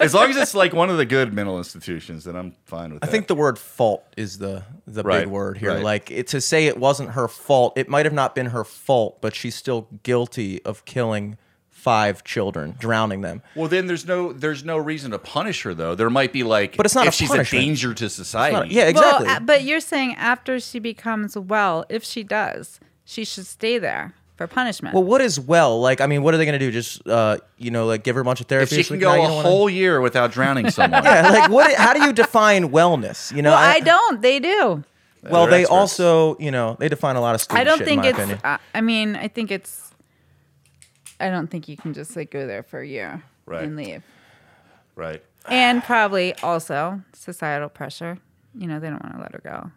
Speaker 1: as long as it's like one of the good mental institutions. Then I'm fine with that.
Speaker 3: I think the word "fault" is the the
Speaker 1: Right,
Speaker 3: big word here.
Speaker 1: right.
Speaker 3: Like it, to say it wasn't her fault. It might have not been her fault, but she's still guilty of killing five children, drowning them.
Speaker 1: Well, then there's no there's no reason to punish her though. There might be like,
Speaker 3: But it's not
Speaker 1: if
Speaker 3: a
Speaker 1: she's
Speaker 3: punishment.
Speaker 1: a danger to society.
Speaker 3: Not- yeah, exactly.
Speaker 4: Well, uh, but you're saying after she becomes well, if she does, she should stay there for punishment.
Speaker 3: well, what is well? Like, I mean, what are they going to do? Just uh, you know, like give her a bunch of therapy.
Speaker 1: If she
Speaker 3: It's
Speaker 1: can
Speaker 3: like,
Speaker 1: go
Speaker 3: no, you
Speaker 1: a
Speaker 3: don't wanna-
Speaker 1: whole year without drowning someone,
Speaker 3: Yeah, like what? How do you define wellness? You know,
Speaker 4: Well, I, don't. They do.
Speaker 3: Well,
Speaker 1: They're
Speaker 3: they
Speaker 1: experts.
Speaker 3: also, you know, they define a lot of. stupid
Speaker 4: I don't
Speaker 3: shit,
Speaker 4: think
Speaker 3: in my
Speaker 4: it's.
Speaker 3: opinion.
Speaker 4: Uh, I mean, I think it's. I don't think you can just like go there for a year
Speaker 1: Right.
Speaker 4: and leave.
Speaker 1: right?
Speaker 4: And probably also societal pressure. You know, they don't want to let her go.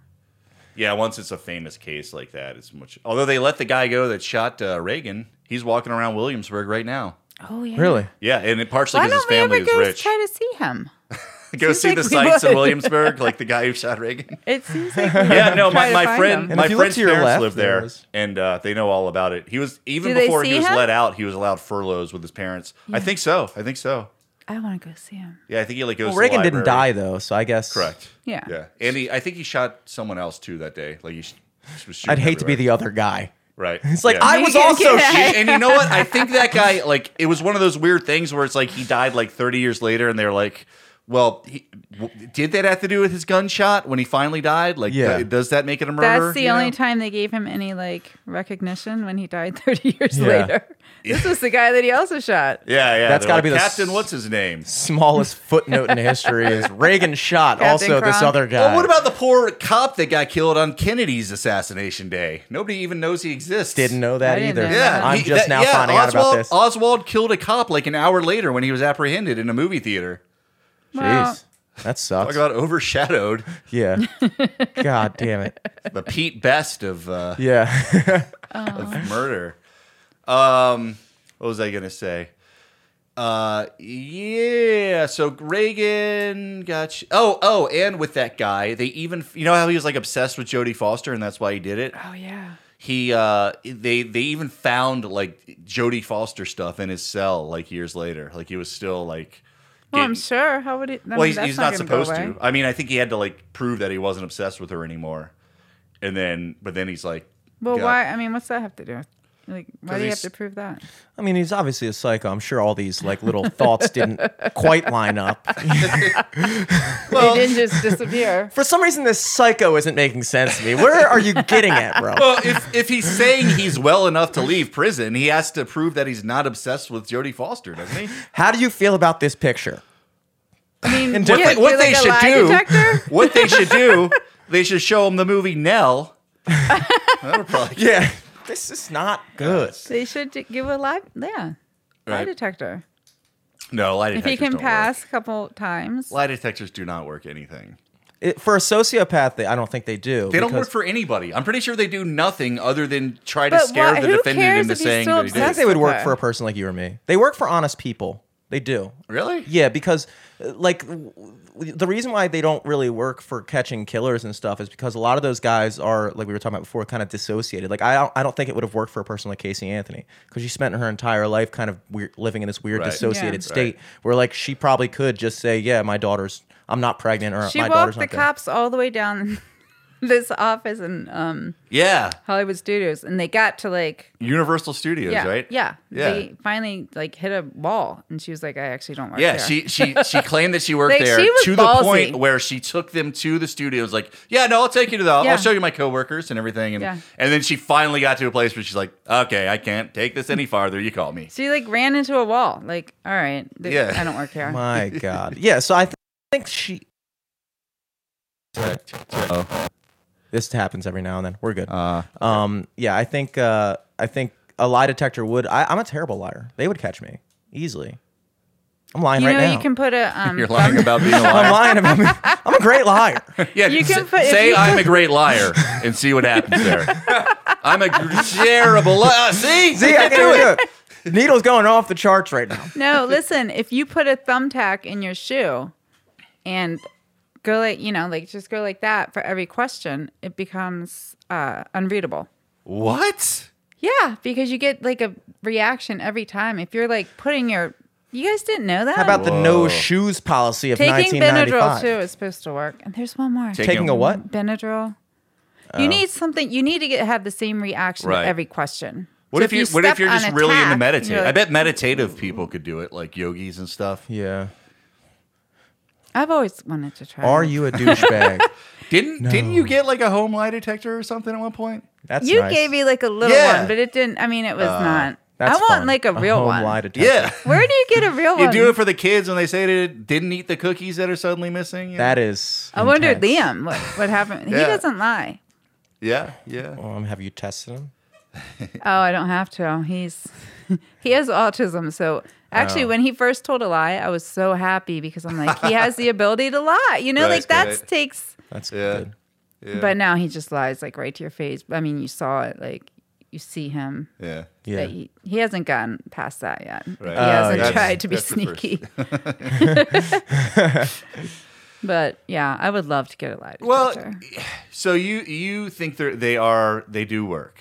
Speaker 1: Yeah, once it's a famous case like that, it's much. Although they let the guy go that shot uh, Reagan, he's walking around Williamsburg right now.
Speaker 4: Oh yeah.
Speaker 3: Really?
Speaker 1: Yeah, and it partially
Speaker 4: Why
Speaker 1: because his
Speaker 4: don't we
Speaker 1: family
Speaker 4: ever
Speaker 1: was
Speaker 4: go
Speaker 1: rich.
Speaker 4: try to see him?
Speaker 1: go see
Speaker 4: like
Speaker 1: the
Speaker 4: we
Speaker 1: sights in
Speaker 4: would.
Speaker 1: Williamsburg, like the guy who shot Reagan.
Speaker 4: It seems like.
Speaker 1: Yeah, no,
Speaker 4: Try
Speaker 1: my,
Speaker 4: to
Speaker 1: my
Speaker 4: find
Speaker 1: friend,
Speaker 4: him.
Speaker 3: And
Speaker 1: my
Speaker 3: if you look
Speaker 1: friend's
Speaker 3: to your
Speaker 1: parents
Speaker 3: left,
Speaker 1: live there,
Speaker 3: there's-
Speaker 1: and uh, they know all about it. He was even
Speaker 4: Do they
Speaker 1: before he
Speaker 4: see
Speaker 1: was
Speaker 4: him?
Speaker 1: let out, he was allowed furloughs with his parents. I think so. I think so.
Speaker 4: I want to go see him.
Speaker 1: Yeah, I think he like goes.
Speaker 3: Well,
Speaker 1: to the
Speaker 3: Reagan didn't
Speaker 1: library.
Speaker 3: die though, so I guess.
Speaker 1: Correct.
Speaker 4: Yeah.
Speaker 1: Yeah, and he, I think he shot someone else too that day. Like he sh- was shooting
Speaker 3: I'd hate to be
Speaker 1: everywhere.
Speaker 3: the other guy.
Speaker 1: right.
Speaker 3: It's like
Speaker 1: Yeah.
Speaker 3: I was also. shit.
Speaker 1: and you know what? I think that guy, like, it was one of those weird things where it's like he died like 30 years later, and they're like, well, he, w- did that have to do with his gunshot when he finally died? Like,
Speaker 3: Yeah.
Speaker 1: th- does that make it a murder?
Speaker 4: That's the
Speaker 1: you
Speaker 4: only
Speaker 1: know?
Speaker 4: time they gave him any like recognition when he died 30 years
Speaker 3: Yeah.
Speaker 4: later. This was the guy that he also shot.
Speaker 1: Yeah, yeah.
Speaker 3: That's
Speaker 1: They're
Speaker 3: gotta
Speaker 1: like,
Speaker 3: be the
Speaker 1: Captain.
Speaker 3: s-
Speaker 1: what's his name?
Speaker 3: Smallest footnote in history is Reagan shot.
Speaker 4: Captain
Speaker 3: also, this
Speaker 4: Crom.
Speaker 3: other guy.
Speaker 1: Well, what about the poor cop that got killed on Kennedy's assassination day? Nobody even knows he exists.
Speaker 3: Didn't know that
Speaker 4: I didn't
Speaker 3: either.
Speaker 4: know that.
Speaker 1: Yeah,
Speaker 3: I'm
Speaker 1: he-
Speaker 3: just
Speaker 1: that-
Speaker 3: now
Speaker 1: yeah,
Speaker 3: finding out
Speaker 1: Oswald-
Speaker 3: about this.
Speaker 1: Oswald killed a cop like an hour later when he was apprehended in a movie theater.
Speaker 4: Well,
Speaker 3: Jeez, that
Speaker 1: Talk
Speaker 3: sucks.
Speaker 1: about overshadowed.
Speaker 3: yeah. God damn it.
Speaker 1: The Pete Best of uh,
Speaker 3: Yeah.
Speaker 4: Oh.
Speaker 1: of murder. Um, what was I gonna say? Uh, yeah. So Reagan got. Sh- oh, oh, and with that guy, they even you know how he was like obsessed with Jodie Foster, and that's why he did it.
Speaker 4: oh yeah.
Speaker 1: He uh, they they even found like Jodie Foster stuff in his cell like years later. Like he was still like.
Speaker 4: Well, I'm
Speaker 1: getting-
Speaker 4: sure. How would he? I mean,
Speaker 1: well, he's,
Speaker 4: that's
Speaker 1: he's not,
Speaker 4: gonna go
Speaker 1: supposed to.
Speaker 4: away.
Speaker 1: I mean, I think he had to like prove that he wasn't obsessed with her anymore, and then but then he's like,
Speaker 4: Well,
Speaker 1: got-
Speaker 4: why? I mean, what's that have to do? with- Like, why do you have
Speaker 1: he's-
Speaker 4: to prove that?
Speaker 3: I mean, he's obviously a psycho. I'm sure all these like little thoughts didn't quite line up.
Speaker 4: they didn't just disappear.
Speaker 3: For some reason, this psycho isn't making sense to me. Where are you getting at, bro?
Speaker 1: Well, if, if he's saying he's well enough to leave prison, he has to prove that he's not obsessed with Jodie Foster, doesn't he?
Speaker 3: How do you feel about this picture?
Speaker 4: I mean,
Speaker 3: And what
Speaker 4: you're-
Speaker 3: they-
Speaker 1: what
Speaker 4: you're
Speaker 1: they
Speaker 4: like a
Speaker 1: should
Speaker 4: lie
Speaker 1: do-
Speaker 4: detector?
Speaker 1: What they should do, they should show them the movie Nell. That'll probably get
Speaker 3: Yeah. This is not good.
Speaker 4: They should d- give a lie. Yeah, lie
Speaker 1: Right.
Speaker 4: detector.
Speaker 1: no lie
Speaker 4: If
Speaker 1: detectors.
Speaker 4: he can
Speaker 1: don't
Speaker 4: pass a couple times,
Speaker 1: work. lie detectors do not work anything.
Speaker 3: It- for a sociopath, they, I don't think they do.
Speaker 1: They don't
Speaker 3: because-
Speaker 1: work for anybody. I'm pretty sure they do nothing other than try to
Speaker 4: But
Speaker 1: scare
Speaker 4: why-
Speaker 1: the
Speaker 4: who
Speaker 1: defendant
Speaker 4: cares
Speaker 1: into
Speaker 4: if he's
Speaker 1: saying
Speaker 4: so
Speaker 1: that he
Speaker 3: I
Speaker 1: did.
Speaker 3: think
Speaker 4: obsessed?
Speaker 3: they would work
Speaker 4: Okay.
Speaker 3: for a person like you or me. They work for honest people. They do.
Speaker 1: Really?
Speaker 3: Yeah, because uh, like w- w- the reason why they don't really work for catching killers and stuff is because a lot of those guys are like we were talking about before, kind of dissociated. Like I don't, I don't think it would have worked for a person like Casey Anthony because she spent her entire life kind of weird, living in this weird
Speaker 1: Right.
Speaker 3: dissociated
Speaker 4: Yeah.
Speaker 3: state where like she probably could just say, yeah, my daughter's, I'm not pregnant or
Speaker 4: she
Speaker 3: my daughter's
Speaker 4: walked
Speaker 3: not
Speaker 4: the
Speaker 3: dead."
Speaker 4: cops all the way down this office in um,
Speaker 1: Yeah.
Speaker 4: Hollywood Studios, and they got to like
Speaker 1: Universal Studios,
Speaker 4: yeah,
Speaker 1: right?
Speaker 4: yeah,
Speaker 1: Yeah.
Speaker 4: They finally like hit a wall, and she was like, "I actually don't work
Speaker 1: Yeah,
Speaker 4: there."
Speaker 1: she she she claimed that she worked
Speaker 4: Like,
Speaker 1: there
Speaker 4: she was
Speaker 1: to the
Speaker 4: ballsy.
Speaker 1: point where she took them to the studios. Like, yeah, no, I'll take you to the.
Speaker 4: Yeah.
Speaker 1: I'll show you my coworkers and everything. And
Speaker 4: Yeah.
Speaker 1: and then she finally got to a place where she's like, okay, I can't take this any farther. You call me.
Speaker 4: She like ran into a wall. Like, all right, th-
Speaker 1: Yeah.
Speaker 4: I don't work here.
Speaker 3: My God. Yeah. So I th- think she. This happens every now and then. We're good.
Speaker 1: Uh,
Speaker 3: Um, yeah, I think uh, I think a lie detector would. I, I'm a terrible liar. They would catch me easily. I'm lying
Speaker 4: you
Speaker 3: right
Speaker 4: know,
Speaker 3: now.
Speaker 4: you can put a um,
Speaker 1: you're lying about being a
Speaker 3: I'm
Speaker 1: liar.
Speaker 3: lying. I'm, I'm a great liar.
Speaker 1: Yeah,
Speaker 4: You
Speaker 1: you
Speaker 4: can
Speaker 1: can
Speaker 4: put- if
Speaker 1: say
Speaker 4: you-
Speaker 1: I'm a great liar and see what happens there. I'm a gr- terrible liar. See,
Speaker 3: See, I can do it. Needle's going off the charts right now.
Speaker 4: No, listen, if you put a thumbtack in your shoe and go like, you know, like just go like that for every question, it becomes uh, unreadable.
Speaker 1: what?
Speaker 4: Yeah, because you get like a reaction every time. If you're like putting your, you guys didn't know that?
Speaker 3: How about the no
Speaker 1: Whoa.
Speaker 3: shoes policy of
Speaker 4: taking Benadryl
Speaker 3: 1995?
Speaker 4: too is supposed to work? And there's one more.
Speaker 1: Take- Oh.
Speaker 3: Taking a what?
Speaker 4: Benadryl. You need something. You need to get have the same reaction
Speaker 1: Right.
Speaker 4: to every question.
Speaker 1: What
Speaker 4: So
Speaker 1: if, you? What if
Speaker 4: step
Speaker 1: you're
Speaker 4: on
Speaker 1: just
Speaker 4: a
Speaker 1: really into
Speaker 4: tack,
Speaker 1: meditate?
Speaker 4: you're
Speaker 1: I
Speaker 4: like-
Speaker 1: bet meditative people could do it, like yogis and stuff.
Speaker 3: Yeah.
Speaker 4: I've always wanted to try.
Speaker 3: Are
Speaker 4: it.
Speaker 3: you a douchebag?
Speaker 1: Didn't Didn't you get like a home lie detector or something at one point?
Speaker 3: That's
Speaker 4: You
Speaker 3: nice.
Speaker 4: gave me like a little
Speaker 1: Yeah.
Speaker 4: one, but it didn't. I mean, it was not.
Speaker 3: That's
Speaker 4: I want
Speaker 3: fun.
Speaker 4: like a real
Speaker 3: home
Speaker 4: one.
Speaker 3: Lie detector.
Speaker 1: Yeah.
Speaker 4: Where do you get a real
Speaker 1: You
Speaker 4: one?
Speaker 1: do it for the kids when they say they didn't eat the cookies that are suddenly missing. you know?
Speaker 3: That is.
Speaker 4: I wondered
Speaker 3: intense.
Speaker 4: Liam what, what happened. He
Speaker 1: Yeah.
Speaker 4: doesn't lie.
Speaker 1: Yeah, yeah.
Speaker 3: Um, have you tested him?
Speaker 4: Oh, I don't have to. He's he has autism, so actually, when he first told a lie, I was so happy because I'm like, he has the ability to lie. You know,
Speaker 1: Right,
Speaker 4: like that
Speaker 1: right.
Speaker 4: takes.
Speaker 3: That's
Speaker 1: Yeah.
Speaker 3: good.
Speaker 1: Yeah.
Speaker 4: But now he just lies like right to your face. I mean, you saw it. Like you see him.
Speaker 1: Yeah.
Speaker 3: Yeah.
Speaker 4: that he, he hasn't gotten past that yet.
Speaker 1: Right.
Speaker 4: He
Speaker 1: Oh,
Speaker 4: hasn't
Speaker 1: yeah.
Speaker 4: tried to be
Speaker 1: That's- that's the
Speaker 4: sneaky. but yeah, I would love to get a lie detector.
Speaker 1: Well, So you you think they they are they do work?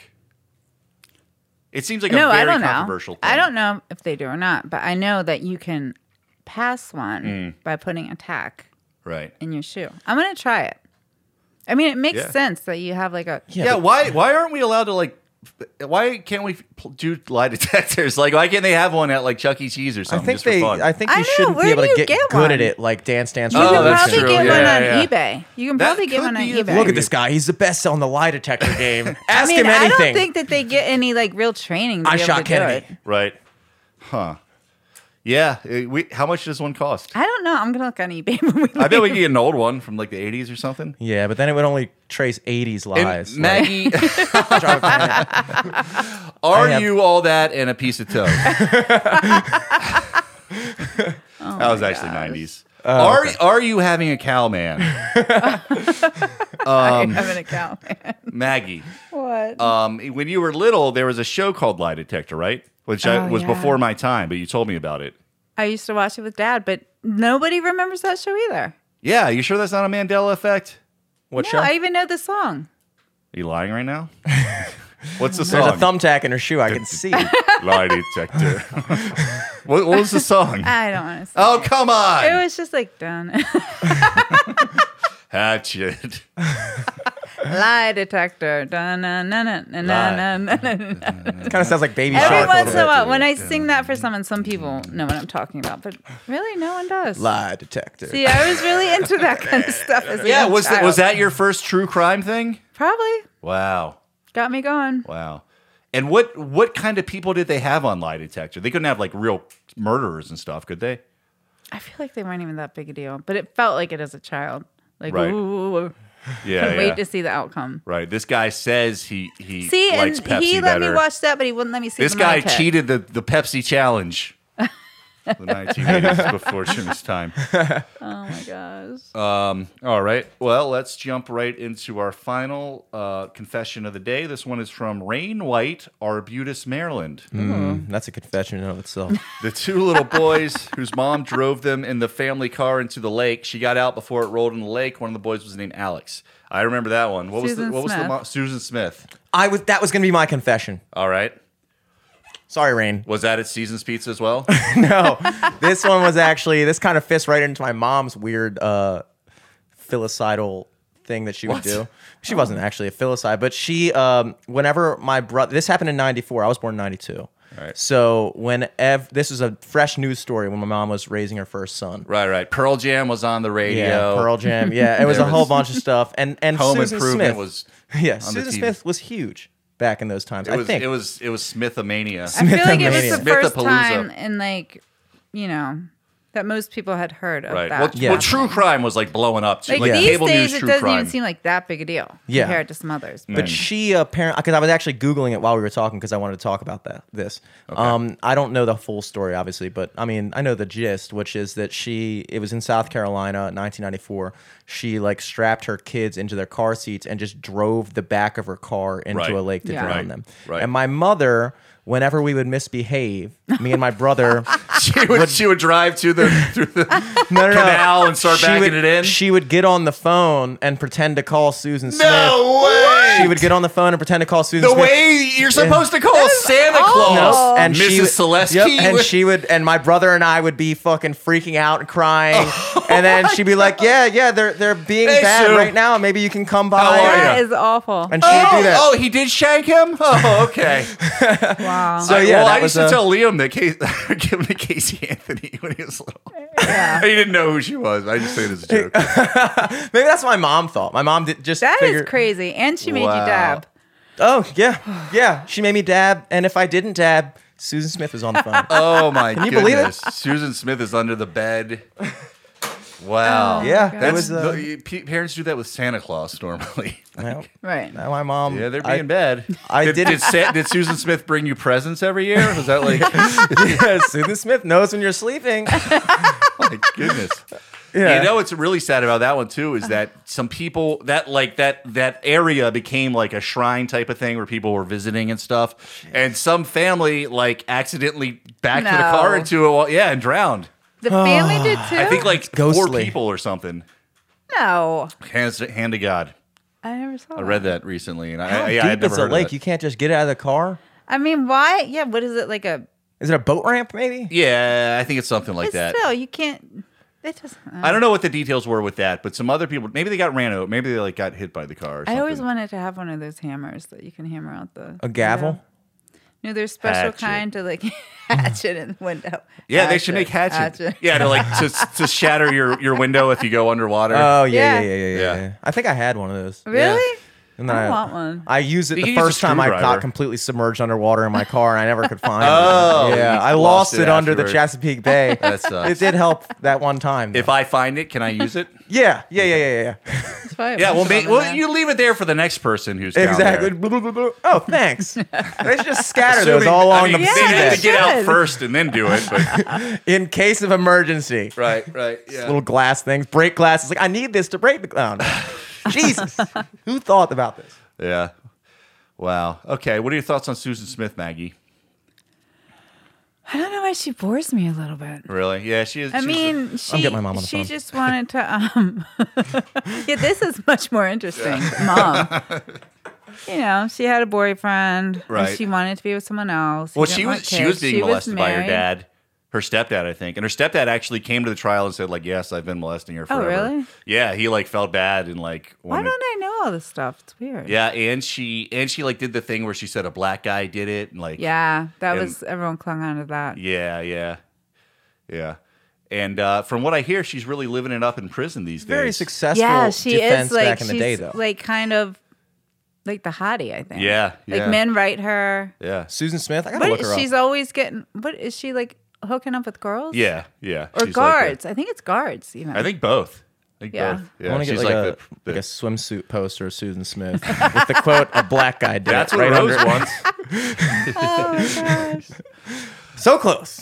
Speaker 1: It seems like
Speaker 4: no,
Speaker 1: a very
Speaker 4: I don't
Speaker 1: controversial
Speaker 4: know.
Speaker 1: thing.
Speaker 4: I don't know if they do or not, but I know that you can pass one
Speaker 1: Mm.
Speaker 4: by putting a tack
Speaker 1: Right.
Speaker 4: in your shoe. I'm gonna try it. I mean, it makes
Speaker 1: Yeah.
Speaker 4: sense that you have like a
Speaker 1: Yeah. why Why aren't we allowed to like? Why can't we pl- do lie detectors? Like, why can't they have one at like Chuck E. Cheese or
Speaker 3: I
Speaker 1: something?
Speaker 3: think
Speaker 1: just for
Speaker 3: they.
Speaker 1: fun?
Speaker 3: I think
Speaker 4: I
Speaker 3: you
Speaker 4: know,
Speaker 3: shouldn't
Speaker 4: where
Speaker 3: be able
Speaker 4: do
Speaker 3: to
Speaker 4: you
Speaker 3: get,
Speaker 4: get
Speaker 3: good at
Speaker 4: one?
Speaker 3: it, like Dance Dance.
Speaker 4: You
Speaker 1: Oh,
Speaker 4: can
Speaker 3: Revolution.
Speaker 1: that's
Speaker 4: probably
Speaker 1: true.
Speaker 4: get one
Speaker 1: Yeah,
Speaker 4: on
Speaker 1: yeah.
Speaker 4: eBay. You can
Speaker 1: That
Speaker 4: probably get
Speaker 1: could
Speaker 4: one on
Speaker 1: be a
Speaker 4: eBay.
Speaker 1: thing.
Speaker 3: Look at this guy. He's the best on the lie detector game. Ask
Speaker 4: I mean,
Speaker 3: him anything.
Speaker 4: I don't think that they get any like real training. To
Speaker 3: I
Speaker 4: be able
Speaker 3: shot
Speaker 4: to do
Speaker 3: Kennedy.
Speaker 4: it.
Speaker 1: right. Huh. Yeah. eh, we, how much does one cost?
Speaker 4: I don't know. I'm gonna look on eBay when we.
Speaker 1: I bet we
Speaker 4: leave.
Speaker 1: can get an old one from like the '80s or something.
Speaker 3: Yeah, but then it would only trace 80s
Speaker 1: And
Speaker 3: lies. Like,
Speaker 1: Maggie,
Speaker 3: John Planet.
Speaker 1: are
Speaker 3: I have-
Speaker 1: you all that and a piece of toast?
Speaker 4: Oh
Speaker 1: that was actually '90s. are Are you having a cow, man,
Speaker 4: I have an account.
Speaker 1: Maggie?
Speaker 4: what?
Speaker 1: Um, when you were little, there was a show called Lie Detector, right? Which I,
Speaker 4: Oh,
Speaker 1: was
Speaker 4: yeah.
Speaker 1: before my time, but you told me about it.
Speaker 4: I used to watch it with Dad, but nobody remembers that show either.
Speaker 1: Yeah, you sure that's not a Mandela effect?
Speaker 3: What
Speaker 4: No,
Speaker 3: show?
Speaker 4: I even know the song.
Speaker 1: Are you lying right now? What's the
Speaker 3: There's
Speaker 1: song?
Speaker 3: a thumbtack in her shoe. I can see.
Speaker 1: Lie Detector. what, what was the song?
Speaker 4: I don't want to. say
Speaker 1: Oh come on!
Speaker 4: Uh, It was just like done.
Speaker 1: Hatchet.
Speaker 4: Lie detector. Dun, na, na, na, na, na,
Speaker 1: Lie.
Speaker 4: na, na, na.
Speaker 3: It kind of sounds like Baby
Speaker 4: Every
Speaker 3: Shark. a
Speaker 4: once in
Speaker 3: little
Speaker 4: a
Speaker 3: bit.
Speaker 4: while, when I sing that for someone, some people know what I'm talking about, but really, no one does.
Speaker 3: Lie detector.
Speaker 4: See, I was really into that kind of stuff as a
Speaker 1: Yeah,
Speaker 4: young
Speaker 1: was that,
Speaker 4: child.
Speaker 1: was that your first true crime thing?
Speaker 4: probably
Speaker 1: Wow,
Speaker 4: got me going?
Speaker 1: wow. And what what kind of people did they have on Lie Detector? They couldn't have like real murderers and stuff, could they?
Speaker 4: I feel like they weren't even that big a deal, but it felt like it as a child. Like,
Speaker 1: Right.
Speaker 4: ooh,
Speaker 1: Yeah,
Speaker 4: wait
Speaker 1: yeah.
Speaker 4: to see the outcome.
Speaker 1: right. This guy says he he
Speaker 4: See,
Speaker 1: likes
Speaker 4: and
Speaker 1: Pepsi
Speaker 4: he let
Speaker 1: better.
Speaker 4: me watch that, but he wouldn't let me see.
Speaker 1: this
Speaker 4: the
Speaker 1: guy
Speaker 4: Mad Cat.
Speaker 1: cheated the the Pepsi challenge. the 1980s before Jim's time.
Speaker 4: Oh my gosh.
Speaker 1: Um, all right. Well, let's jump right into our final uh, confession of the day. This one is from Rain White, Arbutus, Maryland.
Speaker 4: uh-huh.
Speaker 3: Mm, that's a confession in and of itself.
Speaker 1: The two little boys whose mom drove them in the family car into the lake. She got out before it rolled in the lake. One of the boys was named Alex. I remember that one. What was
Speaker 4: Susan
Speaker 1: the, what was the
Speaker 4: Smith.
Speaker 1: mom? Susan Smith.
Speaker 3: I was that was gonna be my confession.
Speaker 1: All right.
Speaker 3: Sorry, Rain.
Speaker 1: Was that at Seasons Pizza as well?
Speaker 3: No, this one was actually this kind of fits right into my mom's weird uh, filicidal thing that she would
Speaker 1: What? Oh.
Speaker 3: do. She wasn't actually a filicide, but she um, whenever my brother this happened in '94. I was born in '92.
Speaker 1: Right.
Speaker 3: So whenever this was a fresh news story when my mom was raising her first son.
Speaker 1: right, right. Pearl Jam was on the radio.
Speaker 3: Yeah, Pearl Jam. Yeah, it was
Speaker 1: There
Speaker 3: a whole
Speaker 1: was-
Speaker 3: bunch of stuff. And and
Speaker 1: Home
Speaker 3: Susan
Speaker 1: Improvement
Speaker 3: Smith
Speaker 1: was.
Speaker 3: yeah.
Speaker 1: on the
Speaker 3: Susan
Speaker 1: TV.
Speaker 3: Smith was huge back in those times.
Speaker 1: It
Speaker 3: I
Speaker 1: was,
Speaker 3: think
Speaker 1: it was it was Smithomania.
Speaker 4: I feel like it was the
Speaker 3: Smithomania.
Speaker 4: first
Speaker 1: Smithapalooza.
Speaker 4: time in like, you know, that most people had heard of
Speaker 1: Right.
Speaker 4: that.
Speaker 1: Well,
Speaker 3: Yeah.
Speaker 1: well, true crime was like blowing up too.
Speaker 4: like
Speaker 1: Like,
Speaker 4: these
Speaker 1: cable
Speaker 4: days,
Speaker 1: news,
Speaker 4: it
Speaker 1: true
Speaker 4: doesn't
Speaker 1: crime. Mm.
Speaker 4: even seem like that big a deal
Speaker 3: Yeah.
Speaker 4: compared to Smothers.
Speaker 3: But she apparently, because I was actually googling it while we were talking, because I wanted to talk about that. This, um, I don't know the full story, obviously, but I mean, I know the gist, which is that she, it was in South Carolina, 1994. She like strapped her kids into their car seats and just drove the back of her car into
Speaker 1: Right.
Speaker 3: a lake to
Speaker 4: Yeah.
Speaker 3: drown
Speaker 1: Right.
Speaker 3: them.
Speaker 1: Right.
Speaker 3: And my mother, whenever we would misbehave, me and my brother,
Speaker 1: she would she would drive to the through the
Speaker 3: no, no, no.
Speaker 1: canal and start
Speaker 3: She
Speaker 1: backing
Speaker 3: would-
Speaker 1: it in.
Speaker 3: She would get on the phone and pretend to call Susan Smith.
Speaker 1: no way.
Speaker 3: She would get on the phone and pretend to call Susan
Speaker 1: the
Speaker 3: Smith.
Speaker 1: way you're supposed to call Santa Claus,
Speaker 3: No, and
Speaker 1: Mrs.
Speaker 3: she would-
Speaker 1: Oh, Celeste,
Speaker 3: yep, and she would, and my brother and I would be fucking freaking out and crying, and then she'd be like, "Yeah, yeah, they're they're being
Speaker 1: Oh Hey,
Speaker 3: bad
Speaker 1: Sue.
Speaker 3: right now. Maybe you can come by."
Speaker 1: How are
Speaker 4: That
Speaker 1: ya?
Speaker 4: is awful.
Speaker 3: And she would do that.
Speaker 1: Oh, oh, he did shank him. Oh, okay.
Speaker 4: wow.
Speaker 3: So yeah,
Speaker 1: well,
Speaker 3: that
Speaker 1: I used
Speaker 3: was
Speaker 1: to
Speaker 3: a-
Speaker 1: tell Liam that Casey, give him to Casey Anthony when he was little. he didn't know who she was. I just say it as a joke.
Speaker 3: maybe that's what my mom thought. My mom did just
Speaker 4: that is
Speaker 3: figured-
Speaker 4: crazy. And she made
Speaker 1: Wow.
Speaker 4: you dab.
Speaker 3: Oh yeah, yeah. She made me dab, and if I didn't dab, Susan Smith was on the phone.
Speaker 1: Oh my
Speaker 3: you believe it?
Speaker 1: goodness! Susan Smith is under the bed. Wow.
Speaker 4: Oh,
Speaker 3: yeah,
Speaker 4: God.
Speaker 3: that
Speaker 1: That's
Speaker 3: was uh,
Speaker 1: the- p- parents do that with Santa Claus normally.
Speaker 3: well,
Speaker 4: Right.
Speaker 3: now my mom.
Speaker 1: yeah, they're
Speaker 3: I-
Speaker 1: being bad.
Speaker 3: I
Speaker 1: did.
Speaker 3: didn't-
Speaker 1: Did, Sa- did Susan Smith bring you presents every year? Was that like?
Speaker 3: Yeah, Susan Smith knows when you're sleeping.
Speaker 1: my goodness.
Speaker 3: Yeah.
Speaker 1: You know what's really sad about that one too is that some people that like that that area became like a shrine type of thing where people were visiting and stuff, and some family like accidentally backed the
Speaker 4: No.
Speaker 1: car into it, while, yeah, and drowned.
Speaker 4: The family did too.
Speaker 1: I think like four
Speaker 3: ghostly.
Speaker 1: people or something.
Speaker 4: no,
Speaker 1: Hands hand to God.
Speaker 4: I never saw.
Speaker 1: I read that recently, and I,
Speaker 3: How
Speaker 1: I, yeah, I had
Speaker 3: deep
Speaker 1: never
Speaker 3: is the
Speaker 1: heard
Speaker 3: lake?
Speaker 1: of that.
Speaker 3: You can't just get out of the car.
Speaker 4: I mean, why? Yeah. What is it like a?
Speaker 3: Is it a boat ramp? Maybe.
Speaker 1: Yeah, I think it's something like
Speaker 4: But
Speaker 1: that.
Speaker 4: still, you can't. It doesn't.
Speaker 1: I don't know what the details were with that, but some other people maybe they got ran over, maybe they like got hit by the car. Or something.
Speaker 4: I always wanted to have one of those hammers that you can hammer out the
Speaker 3: A gavel.
Speaker 4: window. No, there's special
Speaker 1: Hatchet.
Speaker 4: kind to like hatchet in the window.
Speaker 1: Yeah, they should make hatchet. Yeah, to like to, to shatter your, your window if you go underwater.
Speaker 3: Oh yeah, yeah,
Speaker 4: Yeah.
Speaker 3: yeah, yeah, yeah,
Speaker 1: Yeah.
Speaker 3: yeah. I think I had one of those.
Speaker 4: Really? Oh,
Speaker 3: And
Speaker 4: I want one.
Speaker 3: I used it
Speaker 1: You
Speaker 3: the
Speaker 1: can use a
Speaker 3: first time I got
Speaker 1: screwdriver.
Speaker 3: completely submerged underwater in my car, and I never could find it.
Speaker 1: Oh,
Speaker 3: yeah,
Speaker 1: you
Speaker 3: I
Speaker 1: lost
Speaker 3: lost, it
Speaker 1: it
Speaker 3: under the
Speaker 1: afterwards.
Speaker 3: Chesapeake Bay.
Speaker 1: That sucks.
Speaker 3: It did help that one time.
Speaker 1: uh, If
Speaker 3: though.
Speaker 1: I find it, can I use it?
Speaker 3: yeah, yeah, yeah, yeah, yeah,
Speaker 4: That's why I
Speaker 1: Yeah, well,
Speaker 4: want
Speaker 1: may,
Speaker 4: one in
Speaker 1: well
Speaker 4: there.
Speaker 1: you leave it there for the next person who's down
Speaker 3: exactly.
Speaker 1: there.
Speaker 3: Blah, blah, blah, blah. Oh, thanks. Let's just scatter those
Speaker 1: Assuming-
Speaker 3: all
Speaker 1: I
Speaker 3: along
Speaker 1: mean,
Speaker 3: the
Speaker 4: Yeah,
Speaker 1: they have to
Speaker 3: seabed
Speaker 1: get out
Speaker 4: should.
Speaker 1: first and then do it. But,
Speaker 3: in case of emergency.
Speaker 1: right, right, yeah.
Speaker 3: Little glass things, break glasses. Like I need this to break the ground. Jesus, who thought about this?
Speaker 1: Yeah. Wow. Okay. What are your thoughts on Susan Smith, Maggie?
Speaker 4: I don't know why she bores me a little bit.
Speaker 1: Really? Yeah, she is.
Speaker 4: I
Speaker 1: she's a-
Speaker 4: mean, she,
Speaker 3: get my mom on the
Speaker 4: she
Speaker 3: phone.
Speaker 4: just wanted to. Um, yeah, this is much more interesting, mom. You know, she had a boyfriend. and
Speaker 1: Right.
Speaker 4: she wanted to be with someone else. He
Speaker 1: well,
Speaker 4: didn't
Speaker 1: she
Speaker 4: want
Speaker 1: was she was
Speaker 4: kids.
Speaker 1: being
Speaker 4: She
Speaker 1: molested by her
Speaker 4: married.
Speaker 1: dad, her stepdad, I think, and her stepdad actually came to the trial and said, like, yes, I've been molesting her
Speaker 4: Oh,
Speaker 1: forever.
Speaker 4: really?
Speaker 1: Yeah, he like felt bad and like.
Speaker 4: Why
Speaker 1: wanted-
Speaker 4: don't I know all this stuff? It's weird.
Speaker 1: Yeah, and she and she like did the thing where she said a black guy did it and like
Speaker 4: Yeah, that
Speaker 1: And-
Speaker 4: was everyone clung on to that.
Speaker 1: yeah, yeah. Yeah. And uh, from what I hear, she's really living it up in prison these days.
Speaker 3: Very successful
Speaker 4: yeah, she
Speaker 3: defense
Speaker 4: is like
Speaker 3: back in the
Speaker 4: she's
Speaker 3: day, though.
Speaker 4: like kind of like the hottie, I think.
Speaker 1: Yeah, yeah.
Speaker 4: Like men write her.
Speaker 1: Yeah.
Speaker 3: Susan Smith. I gotta
Speaker 4: But
Speaker 3: look her
Speaker 4: she's
Speaker 3: up.
Speaker 4: always getting. What is she like? hooking up with girls?
Speaker 1: Yeah, yeah.
Speaker 4: Or
Speaker 1: she's like that.
Speaker 4: guards. I think it's guards even.
Speaker 1: I think both. I think
Speaker 4: Yeah.
Speaker 1: both.
Speaker 3: I
Speaker 1: Yeah,
Speaker 3: want to
Speaker 1: she's
Speaker 3: get like, a,
Speaker 1: like, the,
Speaker 3: like
Speaker 1: the-
Speaker 3: a swimsuit poster of Susan Smith with the quote, "A black guy did." it,"
Speaker 1: That's what
Speaker 3: right
Speaker 1: Rose
Speaker 3: under-
Speaker 1: wants.
Speaker 4: Oh my gosh.
Speaker 3: So close.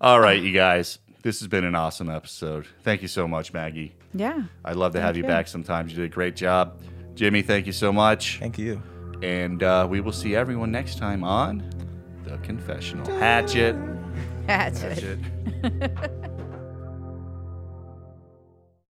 Speaker 1: All right, you guys. This has been an awesome episode. Thank you so much, Maggie.
Speaker 4: yeah.
Speaker 1: I'd love to have you,
Speaker 4: you.
Speaker 1: back sometimes. You did a great job. Jimmy, thank you so much.
Speaker 3: Thank you.
Speaker 1: And uh, we will see everyone next time on The Confessional. Hatchet.
Speaker 4: That's it.
Speaker 1: Hatchet.